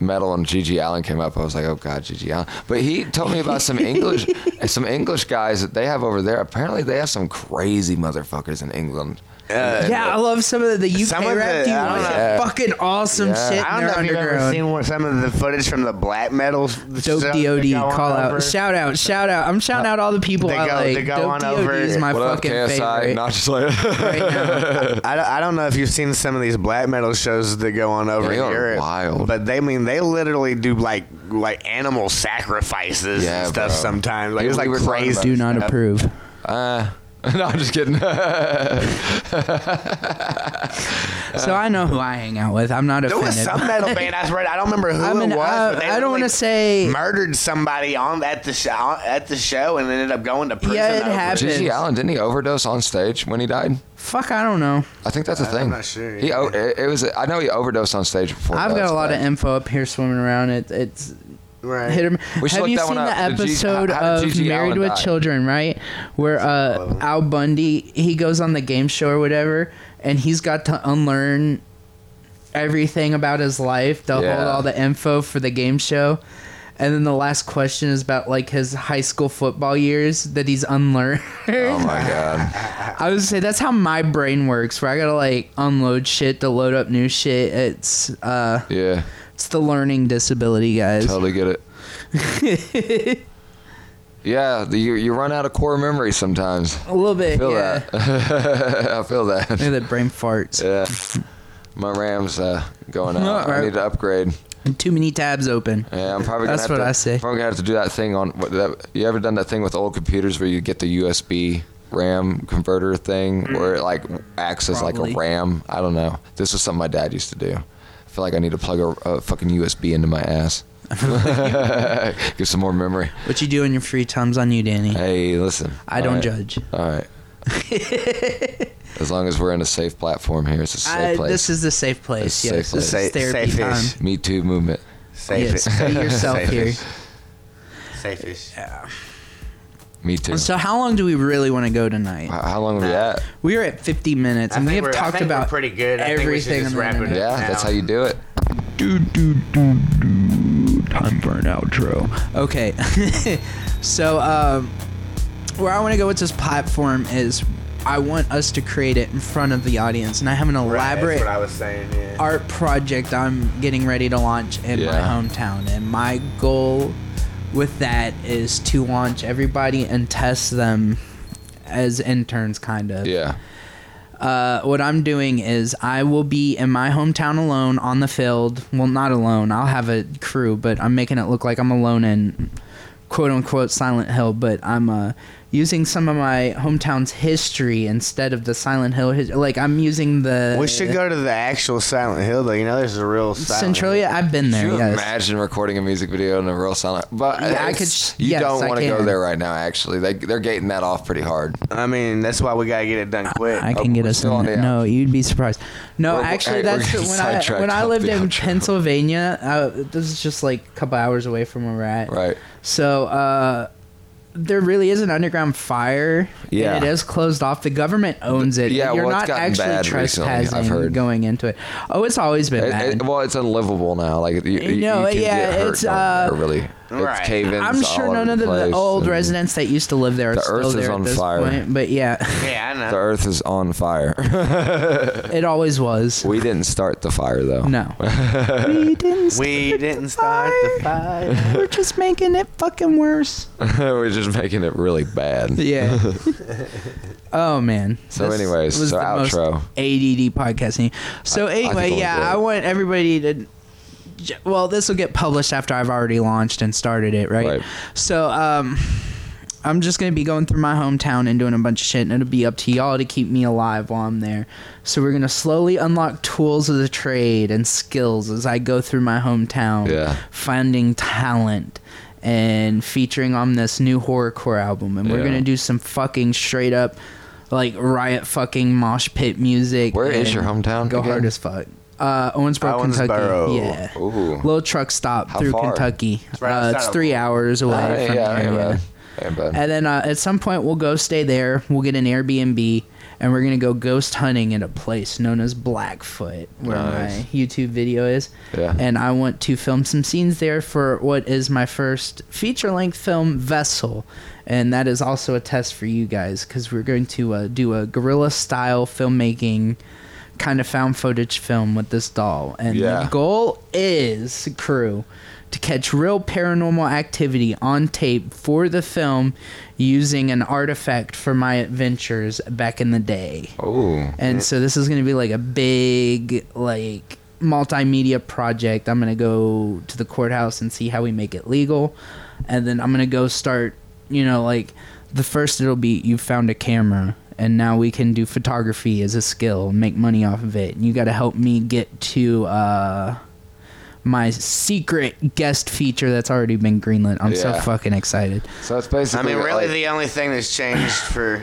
Speaker 3: metal and Gigi Allen came up. I was like, oh god, Gigi Allen. But he told me about some English some English guys that they have over there. Apparently, they have some crazy motherfuckers in England.
Speaker 1: Yeah, I love some of the UK
Speaker 2: Some of
Speaker 1: rap
Speaker 2: the-
Speaker 1: dudes.
Speaker 2: I don't
Speaker 1: are
Speaker 3: know.
Speaker 1: Fucking awesome
Speaker 3: Yeah.
Speaker 1: shit.
Speaker 2: I
Speaker 1: in their
Speaker 2: don't know if you've ever
Speaker 1: underground.
Speaker 2: seen what- some of the footage from the black metal.
Speaker 1: Dope DOD call out.
Speaker 2: Shout
Speaker 1: Shout out. Shout out. I'm shouting out all the people
Speaker 2: They
Speaker 1: I
Speaker 2: go-
Speaker 1: like.
Speaker 2: they go
Speaker 1: Dope
Speaker 2: on
Speaker 1: DOD
Speaker 2: over-
Speaker 1: is my
Speaker 3: What up,
Speaker 1: fucking
Speaker 3: KSI?
Speaker 1: favorite
Speaker 3: Not just like.
Speaker 1: right now.
Speaker 2: I, don't- I don't know if you've seen some of these black metal shows that go on over
Speaker 3: They
Speaker 2: in
Speaker 3: are
Speaker 2: Europe,
Speaker 3: wild.
Speaker 2: but they I mean they literally do like like animal sacrifices
Speaker 3: Yeah,
Speaker 2: and stuff
Speaker 3: bro.
Speaker 2: sometimes. Like
Speaker 3: We-
Speaker 2: it's
Speaker 3: we
Speaker 2: like
Speaker 3: were talking
Speaker 2: crazy.
Speaker 3: about
Speaker 1: Do not approve.
Speaker 3: Uh, no, I'm just kidding.
Speaker 1: so I know who I hang out with. I'm not
Speaker 2: There
Speaker 1: offended.
Speaker 2: was some metal band I read. I don't remember who
Speaker 1: I mean,
Speaker 2: it was.
Speaker 1: uh,
Speaker 2: but they
Speaker 1: I don't
Speaker 2: literally
Speaker 1: wanna say-
Speaker 2: murdered somebody on at the show at the show and ended up going to prison.
Speaker 1: it
Speaker 2: over it.
Speaker 1: happened.
Speaker 3: Gigi Allen didn't he overdose on stage when he died?
Speaker 1: Fuck, I don't know.
Speaker 3: I think that's a thing.
Speaker 2: not sure,
Speaker 3: He o-
Speaker 2: yeah.
Speaker 3: it, it was. I know he overdosed on stage before.
Speaker 1: I've
Speaker 3: that,
Speaker 1: got a lot of
Speaker 3: but-
Speaker 1: info up here swimming around. It, it's
Speaker 2: Right.
Speaker 1: hit him.
Speaker 3: We should
Speaker 1: Have
Speaker 3: look
Speaker 1: you
Speaker 3: that
Speaker 1: seen
Speaker 3: one
Speaker 1: the
Speaker 3: up. Did G-
Speaker 1: episode
Speaker 3: how- how did
Speaker 1: of
Speaker 3: Gigi
Speaker 1: Married
Speaker 3: Allen
Speaker 1: with
Speaker 3: die?
Speaker 1: Children, right? Where uh,
Speaker 2: Eleven.
Speaker 1: Al Bundy he goes on the game show or whatever, and he's got to unlearn everything about his life to hold
Speaker 3: Yeah.
Speaker 1: all the info for the game show. And then the last question is about like his high school football years that he's unlearned.
Speaker 3: Oh my god.
Speaker 1: I would say that's how my brain works, where I gotta like unload shit to load up new shit. It's uh,
Speaker 3: Yeah,
Speaker 1: it's the learning disability, guys.
Speaker 3: totally get it. yeah, the, you you run out of core memory sometimes.
Speaker 1: A little bit,
Speaker 3: Feel
Speaker 1: yeah.
Speaker 3: that. I feel that.
Speaker 1: Look at that brain farts.
Speaker 3: Yeah. My RAM's uh, going out. I
Speaker 1: Alright.
Speaker 3: need to upgrade.
Speaker 1: Too many tabs open.
Speaker 3: Yeah, I'm probably. Gonna
Speaker 1: That's
Speaker 3: have
Speaker 1: what
Speaker 3: to,
Speaker 1: I say.
Speaker 3: Probably gonna have to do that thing on. What, that, you ever done that thing with old computers where you get the USB RAM converter thing, where it like acts as
Speaker 1: Mm-hmm. Probably.
Speaker 3: like a RAM? I don't know. This is something my dad used to do. I feel like I need to plug a, a fucking USB into my ass. Give some more memory.
Speaker 1: What you do in your free time's on you, Danny.
Speaker 3: Hey, listen.
Speaker 1: I don't
Speaker 3: Alright.
Speaker 1: judge.
Speaker 3: All right. as long as we're in a safe platform here, it's a safe
Speaker 1: I,
Speaker 3: place.
Speaker 1: this is the safe place.
Speaker 3: It's a
Speaker 1: yes,
Speaker 3: safe
Speaker 1: this
Speaker 2: place.
Speaker 1: is therapy
Speaker 2: Safe-ish.
Speaker 1: time.
Speaker 3: Me Too movement.
Speaker 2: Safe
Speaker 1: Yes, be yourself here.
Speaker 2: Safest.
Speaker 3: Me Too.
Speaker 1: So how long do we really want to go tonight?
Speaker 3: How how long are we at?
Speaker 1: We are at 50 minutes, and we have talked about
Speaker 2: pretty good. I think we should
Speaker 1: everything.
Speaker 2: just
Speaker 1: in the
Speaker 2: wrap it
Speaker 1: internet.
Speaker 3: Yeah, that's how you do it.
Speaker 1: time for an outro. Okay. so, um, where I want to go with this platform is I want us to create it in front of the audience, and I have an elaborate
Speaker 2: That's what I was saying. Yeah.
Speaker 1: art project I'm getting ready to launch in my
Speaker 3: Yeah.
Speaker 1: hometown, and my goal with that is to launch everybody and test them as interns, kind of
Speaker 3: Yeah.
Speaker 1: uh, what I'm doing is I will be in my hometown alone on the field. Well, not alone. I'll have a crew, but I'm making it look like I'm alone in quote unquote Silent Hill. But I'm uh, using some of my hometown's history instead of the Silent Hill. His- like I'm using the
Speaker 2: we should go to the actual Silent Hill, though. You know, there's a real Silent Hill.
Speaker 1: Centralia. I've been there.
Speaker 3: Could you
Speaker 1: yes.
Speaker 3: imagine recording a music video in a real silent? But
Speaker 1: Yeah, I
Speaker 3: it's-
Speaker 1: could-
Speaker 3: You
Speaker 1: yes,
Speaker 3: don't
Speaker 1: I
Speaker 3: want to go
Speaker 1: can.
Speaker 3: there right now. Actually, they they're gating that off pretty hard.
Speaker 2: I mean, that's why we gotta get it done quick.
Speaker 1: I can
Speaker 3: Oh,
Speaker 1: get
Speaker 3: we're
Speaker 1: us
Speaker 3: still
Speaker 1: in
Speaker 3: on
Speaker 1: there.
Speaker 3: the
Speaker 1: No, you'd be surprised. No,
Speaker 3: We're- we're-
Speaker 1: actually,
Speaker 3: hey, we're
Speaker 1: that's
Speaker 3: getting
Speaker 1: when I
Speaker 3: sidetracked
Speaker 1: when I
Speaker 3: off
Speaker 1: lived
Speaker 3: the
Speaker 1: in
Speaker 3: outro.
Speaker 1: Pennsylvania. Uh, this is just like a couple hours away from where we're at.
Speaker 3: Right.
Speaker 1: So uh, there really is an underground fire.
Speaker 3: Yeah.
Speaker 1: And it is closed off. The government owns it.
Speaker 3: Yeah,
Speaker 1: You're
Speaker 3: well,
Speaker 1: not
Speaker 3: it's gotten
Speaker 1: actually
Speaker 3: bad recently, I've
Speaker 1: trespassing
Speaker 3: heard.
Speaker 1: going into it. Oh, it's always been
Speaker 3: It-
Speaker 1: bad.
Speaker 3: it- well, it's unlivable now. Like you, you,
Speaker 1: No,
Speaker 3: you can
Speaker 1: yeah,
Speaker 3: get hurt
Speaker 1: it's,
Speaker 3: no
Speaker 1: uh,
Speaker 3: longer, really.
Speaker 2: Right.
Speaker 3: It's cave-ins
Speaker 1: I'm
Speaker 3: all
Speaker 1: sure
Speaker 3: over
Speaker 1: none of the, the
Speaker 3: place,
Speaker 1: old
Speaker 3: and
Speaker 1: residents that used to live there are
Speaker 3: The
Speaker 1: still
Speaker 3: earth is
Speaker 1: there
Speaker 3: on
Speaker 1: at this
Speaker 3: fire.
Speaker 1: point. But yeah,
Speaker 2: Yeah, I
Speaker 3: The
Speaker 2: know.
Speaker 3: earth is on fire.
Speaker 1: it always was.
Speaker 3: we didn't start the fire though.
Speaker 1: No, we didn't.
Speaker 2: We didn't start the fire.
Speaker 1: We're just making it fucking worse.
Speaker 3: we're just making it really bad.
Speaker 1: Yeah. oh man.
Speaker 3: So anyways, so
Speaker 1: most
Speaker 3: outro.
Speaker 1: ADD podcasting. So
Speaker 3: I
Speaker 1: anyway,
Speaker 3: think I'll do it.
Speaker 1: yeah, I want everybody to. j- Well, this will get published after I've already launched and started it, right?
Speaker 3: Right.
Speaker 1: So um, I'm just gonna be going through my hometown and doing a bunch of shit, and it'll be up to y'all to keep me alive while I'm there. So we're gonna slowly unlock tools of the trade and skills as I go through my hometown
Speaker 3: Yeah.
Speaker 1: finding talent and featuring on this new horrorcore album and we're
Speaker 3: Yeah.
Speaker 1: gonna do some fucking straight up like riot fucking mosh pit music
Speaker 3: Where is
Speaker 1: and
Speaker 3: your hometown
Speaker 1: go
Speaker 3: again?
Speaker 1: hard as fuck uh owensboro,
Speaker 2: Owensboro.
Speaker 1: kentucky yeah
Speaker 3: Ooh.
Speaker 1: little truck stop
Speaker 3: How
Speaker 1: through
Speaker 3: far?
Speaker 1: kentucky it's,
Speaker 2: right
Speaker 1: uh,
Speaker 2: outside
Speaker 1: it's
Speaker 2: of-
Speaker 1: three hours away
Speaker 3: Alright,
Speaker 1: from
Speaker 3: yeah,
Speaker 1: here
Speaker 3: ain't
Speaker 1: yeah.
Speaker 3: bad. Ain't bad.
Speaker 1: and then uh, at some point we'll go stay there we'll get an airbnb and we're gonna go ghost hunting in a place known as blackfoot where
Speaker 3: Nice.
Speaker 1: my youtube video is
Speaker 3: Yeah.
Speaker 1: and I want to film some scenes there for what is my first feature length film, Vessel. And that is also a test for you guys because we're going to uh, do a guerrilla style filmmaking kind of found footage film with this doll. And
Speaker 3: Yeah.
Speaker 1: the goal is, crew, to catch real paranormal activity on tape for the film using an artifact for my adventures back in the day.
Speaker 3: Ooh.
Speaker 1: And so this is going to be like a big like multimedia project. I'm going to go to the courthouse and see how we make it legal. And then I'm going to go start, you know, like the first it'll be you found a camera and now we can do photography as a skill and make money off of it and you got to help me get to uh my secret guest feature that's already been greenlit. I'm so
Speaker 3: Yeah.
Speaker 1: fucking excited.
Speaker 3: So it's
Speaker 2: I
Speaker 3: basically.
Speaker 2: mean, really,
Speaker 3: like-
Speaker 2: the only thing that's changed for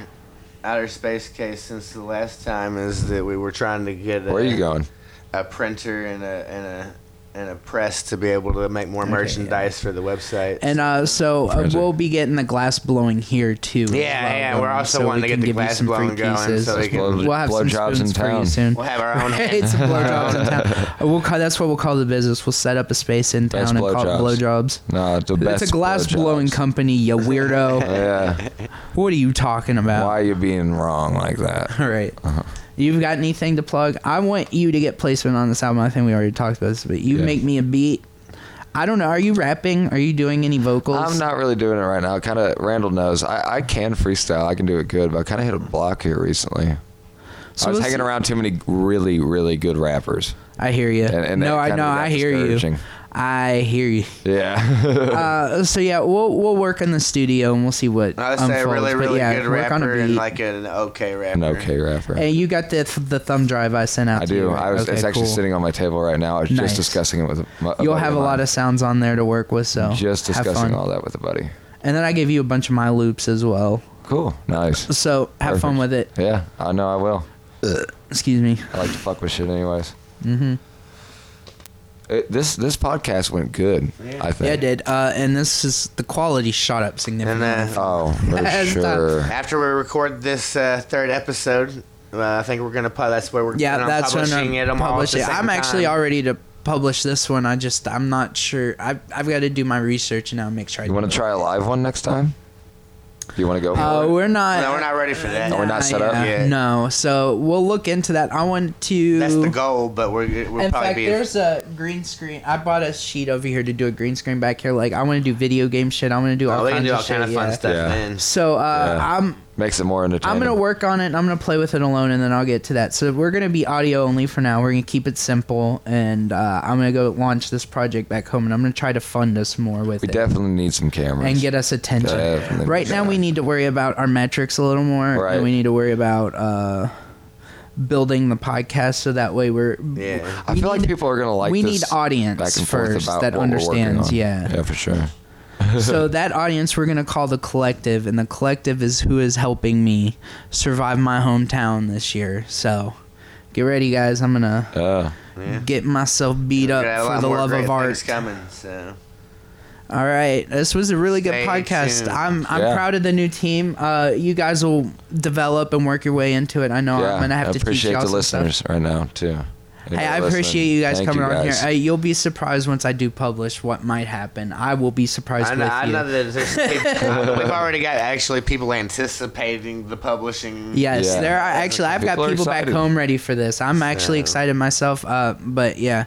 Speaker 2: Outer Space Case since the last time is that we were trying to get a,
Speaker 3: where are you going?
Speaker 2: a printer and a and a and a press to be able to make more merchandise for the website.
Speaker 1: And uh, so uh,
Speaker 3: Frenzy.
Speaker 1: we'll be getting the glass blowing here too. as
Speaker 2: yeah,
Speaker 1: well,
Speaker 2: yeah, we're
Speaker 1: um,
Speaker 2: also
Speaker 1: so we
Speaker 2: wanting to
Speaker 1: can
Speaker 2: get the
Speaker 1: give you
Speaker 2: glass
Speaker 1: some free
Speaker 2: blown going
Speaker 1: pieces.
Speaker 2: so they can.
Speaker 3: Blow-
Speaker 1: We'll have some
Speaker 3: blowjobs in
Speaker 1: spoons for you
Speaker 3: town.
Speaker 1: soon.
Speaker 2: We'll have our own.
Speaker 1: it's a blowjobs in town. Uh, We'll call that's what we'll call the business. We'll set up a space in
Speaker 3: Best
Speaker 1: town and call it blowjobs.
Speaker 3: No, the best.
Speaker 1: It's a glass
Speaker 3: blowjobs.
Speaker 1: blowing company, you weirdo.
Speaker 3: Yeah.
Speaker 1: what are you talking about?
Speaker 3: Why are you being wrong like that?
Speaker 1: All right.
Speaker 3: Uh-huh.
Speaker 1: You've got anything to plug? I want you to get placement on this album. I think we already talked about this, but you
Speaker 3: Yeah.
Speaker 1: make me a beat. I don't know. Are you rapping? Are you doing any vocals?
Speaker 3: I'm not really doing it right now. Kind of, Randall knows. I, I can freestyle. I can do it good, but I kind of hit a block here recently.
Speaker 1: So
Speaker 3: I was
Speaker 1: let's-
Speaker 3: hanging around too many really, really good rappers.
Speaker 1: I hear you.
Speaker 3: And- and
Speaker 1: no,
Speaker 3: that
Speaker 1: I
Speaker 3: kinda
Speaker 1: know.
Speaker 3: got
Speaker 1: I hear you.
Speaker 3: discouraging.
Speaker 1: I hear you.
Speaker 3: Yeah.
Speaker 1: Uh, so yeah, we'll we'll work in the studio and we'll see what
Speaker 2: I would
Speaker 1: unfolds.
Speaker 2: say a really,
Speaker 1: But,
Speaker 2: really
Speaker 1: yeah,
Speaker 2: good
Speaker 1: work on a
Speaker 2: rapper and
Speaker 1: beat.
Speaker 2: like an okay rapper.
Speaker 3: An okay rapper.
Speaker 1: Hey, you got the the thumb drive I sent out.
Speaker 3: I
Speaker 1: to you,
Speaker 3: do.
Speaker 1: right?
Speaker 3: I was.
Speaker 1: Okay,
Speaker 3: it's actually
Speaker 1: cool.
Speaker 3: sitting on my table right now. I was
Speaker 1: Nice.
Speaker 3: just discussing it with. A, a
Speaker 1: You'll
Speaker 3: buddy
Speaker 1: have a
Speaker 3: mine.
Speaker 1: lot of sounds on there to work with. So
Speaker 3: Just
Speaker 1: have
Speaker 3: discussing
Speaker 1: fun.
Speaker 3: all that with a buddy.
Speaker 1: And then I gave you a bunch of my loops as well.
Speaker 3: Cool. Nice.
Speaker 1: So have fun
Speaker 3: Perfect.
Speaker 1: with it.
Speaker 3: Yeah. I know. I will.
Speaker 1: Excuse me.
Speaker 3: I like to fuck with shit, anyways. Mm-hmm. It, this this podcast went good. I think.
Speaker 1: Yeah, I did. Uh, and this is the quality shot up
Speaker 2: And
Speaker 1: significantly.
Speaker 2: uh,
Speaker 3: Oh, for
Speaker 1: It's
Speaker 3: sure.
Speaker 2: After we record this uh, third episode, uh, I think we're gonna. Pu- that's where we're.
Speaker 1: yeah,
Speaker 2: gonna
Speaker 1: that's when
Speaker 2: publishing
Speaker 1: I'm
Speaker 2: it. 'em all at
Speaker 1: publishing.
Speaker 2: the same
Speaker 1: I'm actually
Speaker 2: time.
Speaker 1: all ready to publish this one. I just I'm not sure. I've I've got to do my research now and make sure. I
Speaker 3: You want to try a live one next time? You want to go? for
Speaker 1: Uh,
Speaker 3: it?
Speaker 1: we're not.
Speaker 2: No, we're not ready for that.
Speaker 3: No, we're not set up
Speaker 2: yet.
Speaker 1: No, so we'll look into that. I want to.
Speaker 2: That's the goal, but we're we'll
Speaker 1: In
Speaker 2: probably
Speaker 1: fact,
Speaker 2: be.
Speaker 1: there's a green screen. I bought a sheet over here to do a green screen back here. Like I want to do video game shit. I want to do all
Speaker 2: oh, we
Speaker 1: kinds
Speaker 2: can do all
Speaker 1: of shit.
Speaker 2: kind of fun
Speaker 1: yeah.
Speaker 2: stuff
Speaker 3: Yeah.
Speaker 2: then.
Speaker 1: So uh,
Speaker 3: Yeah.
Speaker 1: I'm
Speaker 3: Makes it more entertaining.
Speaker 1: I'm gonna work on it. and I'm gonna play with it alone, and then I'll get to that. So we're gonna be audio only for now. We're gonna keep it simple, and uh, I'm gonna go launch this project back home, and I'm gonna try to fund us more with
Speaker 3: We
Speaker 1: it
Speaker 3: definitely need some cameras.
Speaker 1: and get us attention.
Speaker 3: Definitely
Speaker 1: right
Speaker 3: need
Speaker 1: now, we
Speaker 3: that.
Speaker 1: need to worry about our metrics a little more,
Speaker 3: Right.
Speaker 1: and we need to worry about uh, building the podcast so that way we're.
Speaker 2: Yeah.
Speaker 3: I
Speaker 1: we
Speaker 3: feel
Speaker 1: need-
Speaker 3: like people are gonna like
Speaker 1: we
Speaker 3: this
Speaker 1: need audience
Speaker 3: back and forth
Speaker 1: first
Speaker 3: about
Speaker 1: that
Speaker 3: what we're working
Speaker 1: understands.
Speaker 3: on.
Speaker 1: Yeah.
Speaker 3: Yeah, for sure.
Speaker 1: so that audience we're going to call the collective and the collective is who is helping me survive my hometown this year so get ready guys i'm going to
Speaker 3: Yeah.
Speaker 1: get myself beat
Speaker 2: Got a
Speaker 1: up
Speaker 2: lot
Speaker 1: for the
Speaker 2: more
Speaker 1: love
Speaker 2: great
Speaker 1: of art
Speaker 2: things coming. So
Speaker 1: all right this was a really
Speaker 2: Stay
Speaker 1: good podcast
Speaker 2: tuned.
Speaker 1: i'm i'm
Speaker 3: Yeah.
Speaker 1: proud of the new team uh you guys will develop and work your way into it i know
Speaker 3: yeah.
Speaker 1: i'm going to have
Speaker 3: I
Speaker 1: to teach
Speaker 3: appreciate
Speaker 1: y'all
Speaker 3: the
Speaker 1: some stuff.
Speaker 3: listeners right now too. If
Speaker 1: Hey,
Speaker 3: you're
Speaker 1: I
Speaker 3: listening,
Speaker 1: appreciate you guys
Speaker 3: thank
Speaker 1: coming
Speaker 3: you
Speaker 1: on here.
Speaker 3: guys.
Speaker 1: Uh, you'll be surprised once I do publish what might happen. I will be surprised
Speaker 2: I know,
Speaker 1: with
Speaker 2: I
Speaker 1: you.
Speaker 2: know that there's people, we've already got actually people anticipating the publishing.
Speaker 1: Yes,
Speaker 3: Yeah.
Speaker 1: there are actually. I've
Speaker 3: People
Speaker 1: got
Speaker 3: are
Speaker 1: people back
Speaker 3: excited.
Speaker 1: home ready for this. I'm actually excited myself. Uh, but yeah.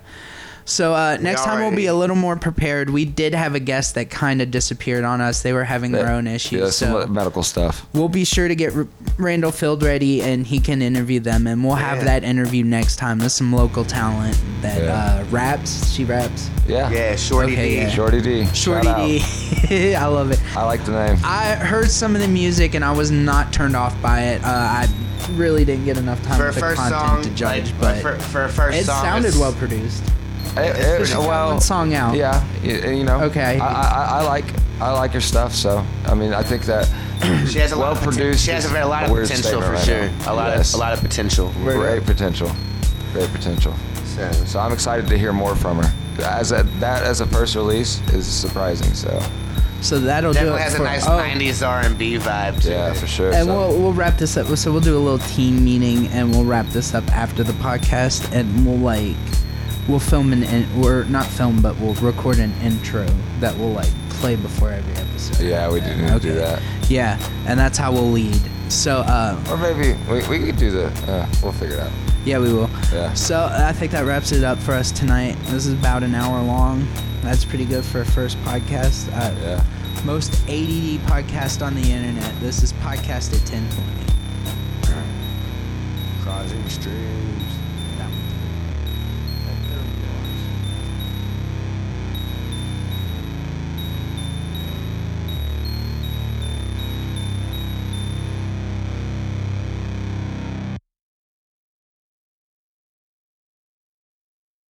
Speaker 1: So uh, next time we'll be
Speaker 2: already-
Speaker 1: a little more prepared. We did have a guest that kind of disappeared on us. They were having their
Speaker 3: Yeah.
Speaker 1: own issues.
Speaker 3: Yeah, some
Speaker 1: so
Speaker 3: medical stuff.
Speaker 1: we'll be sure to get R- Randall Field ready, and he can interview them, and we'll have
Speaker 2: Yeah.
Speaker 1: that interview next time. There's some local talent that
Speaker 3: Yeah.
Speaker 1: uh, raps. She raps.
Speaker 3: Yeah.
Speaker 2: Yeah, Shorty
Speaker 1: Okay,
Speaker 2: D.
Speaker 1: yeah.
Speaker 3: Shorty D. shout out.
Speaker 1: Shorty D. I love it.
Speaker 3: I like the name.
Speaker 1: I heard some of the music and I was not turned off by it. Uh, I really didn't get enough time
Speaker 2: For a
Speaker 1: with the
Speaker 2: first
Speaker 1: content
Speaker 2: song,
Speaker 1: to judge, but
Speaker 2: like, for, for a first
Speaker 1: it
Speaker 2: song, Oh.
Speaker 1: sounded
Speaker 2: it's-
Speaker 1: well produced.
Speaker 3: It- it-
Speaker 1: Just got one song out.
Speaker 3: Yeah, y- you know.
Speaker 1: Oh. Okay.
Speaker 3: I, I, I- I like I like her stuff, so I mean I think that
Speaker 2: She has a lot
Speaker 3: well
Speaker 2: of poten-
Speaker 3: produced.
Speaker 2: She has a,
Speaker 3: is
Speaker 2: very- a lot of
Speaker 3: weird
Speaker 2: potential for
Speaker 3: statement
Speaker 2: sure.
Speaker 3: right now.
Speaker 2: A lot
Speaker 3: Yes.
Speaker 2: of a lot of potential.
Speaker 3: Great potential. Great potential.
Speaker 2: So,
Speaker 3: So I'm excited to hear more from her. As a, that as a first release is surprising. So
Speaker 1: So that'll do
Speaker 2: definitely
Speaker 1: it
Speaker 2: has a
Speaker 1: for
Speaker 2: nice
Speaker 1: oh,
Speaker 2: 90s R&B vibe to
Speaker 3: yeah,
Speaker 2: it.
Speaker 3: for sure.
Speaker 1: And
Speaker 3: so.
Speaker 1: we'll, we'll wrap this up. So we'll do a little team meeting and we'll wrap this up after the podcast and we'll like we'll film an in, or not film but we'll record an intro that we'll like play before every episode.
Speaker 3: yeah, we do need to do that.
Speaker 1: Yeah, and that's how we'll lead. So uh,
Speaker 3: Or maybe we, we could do the. Uh, we'll figure it out.
Speaker 1: Yeah, we will.
Speaker 3: Yeah.
Speaker 1: So I think that wraps it up for us tonight. This is about an hour long. That's pretty good for a first podcast. Uh,
Speaker 3: Yeah.
Speaker 1: Most ADD podcast on the internet. This is podcast at 1020.
Speaker 2: Crossing streams.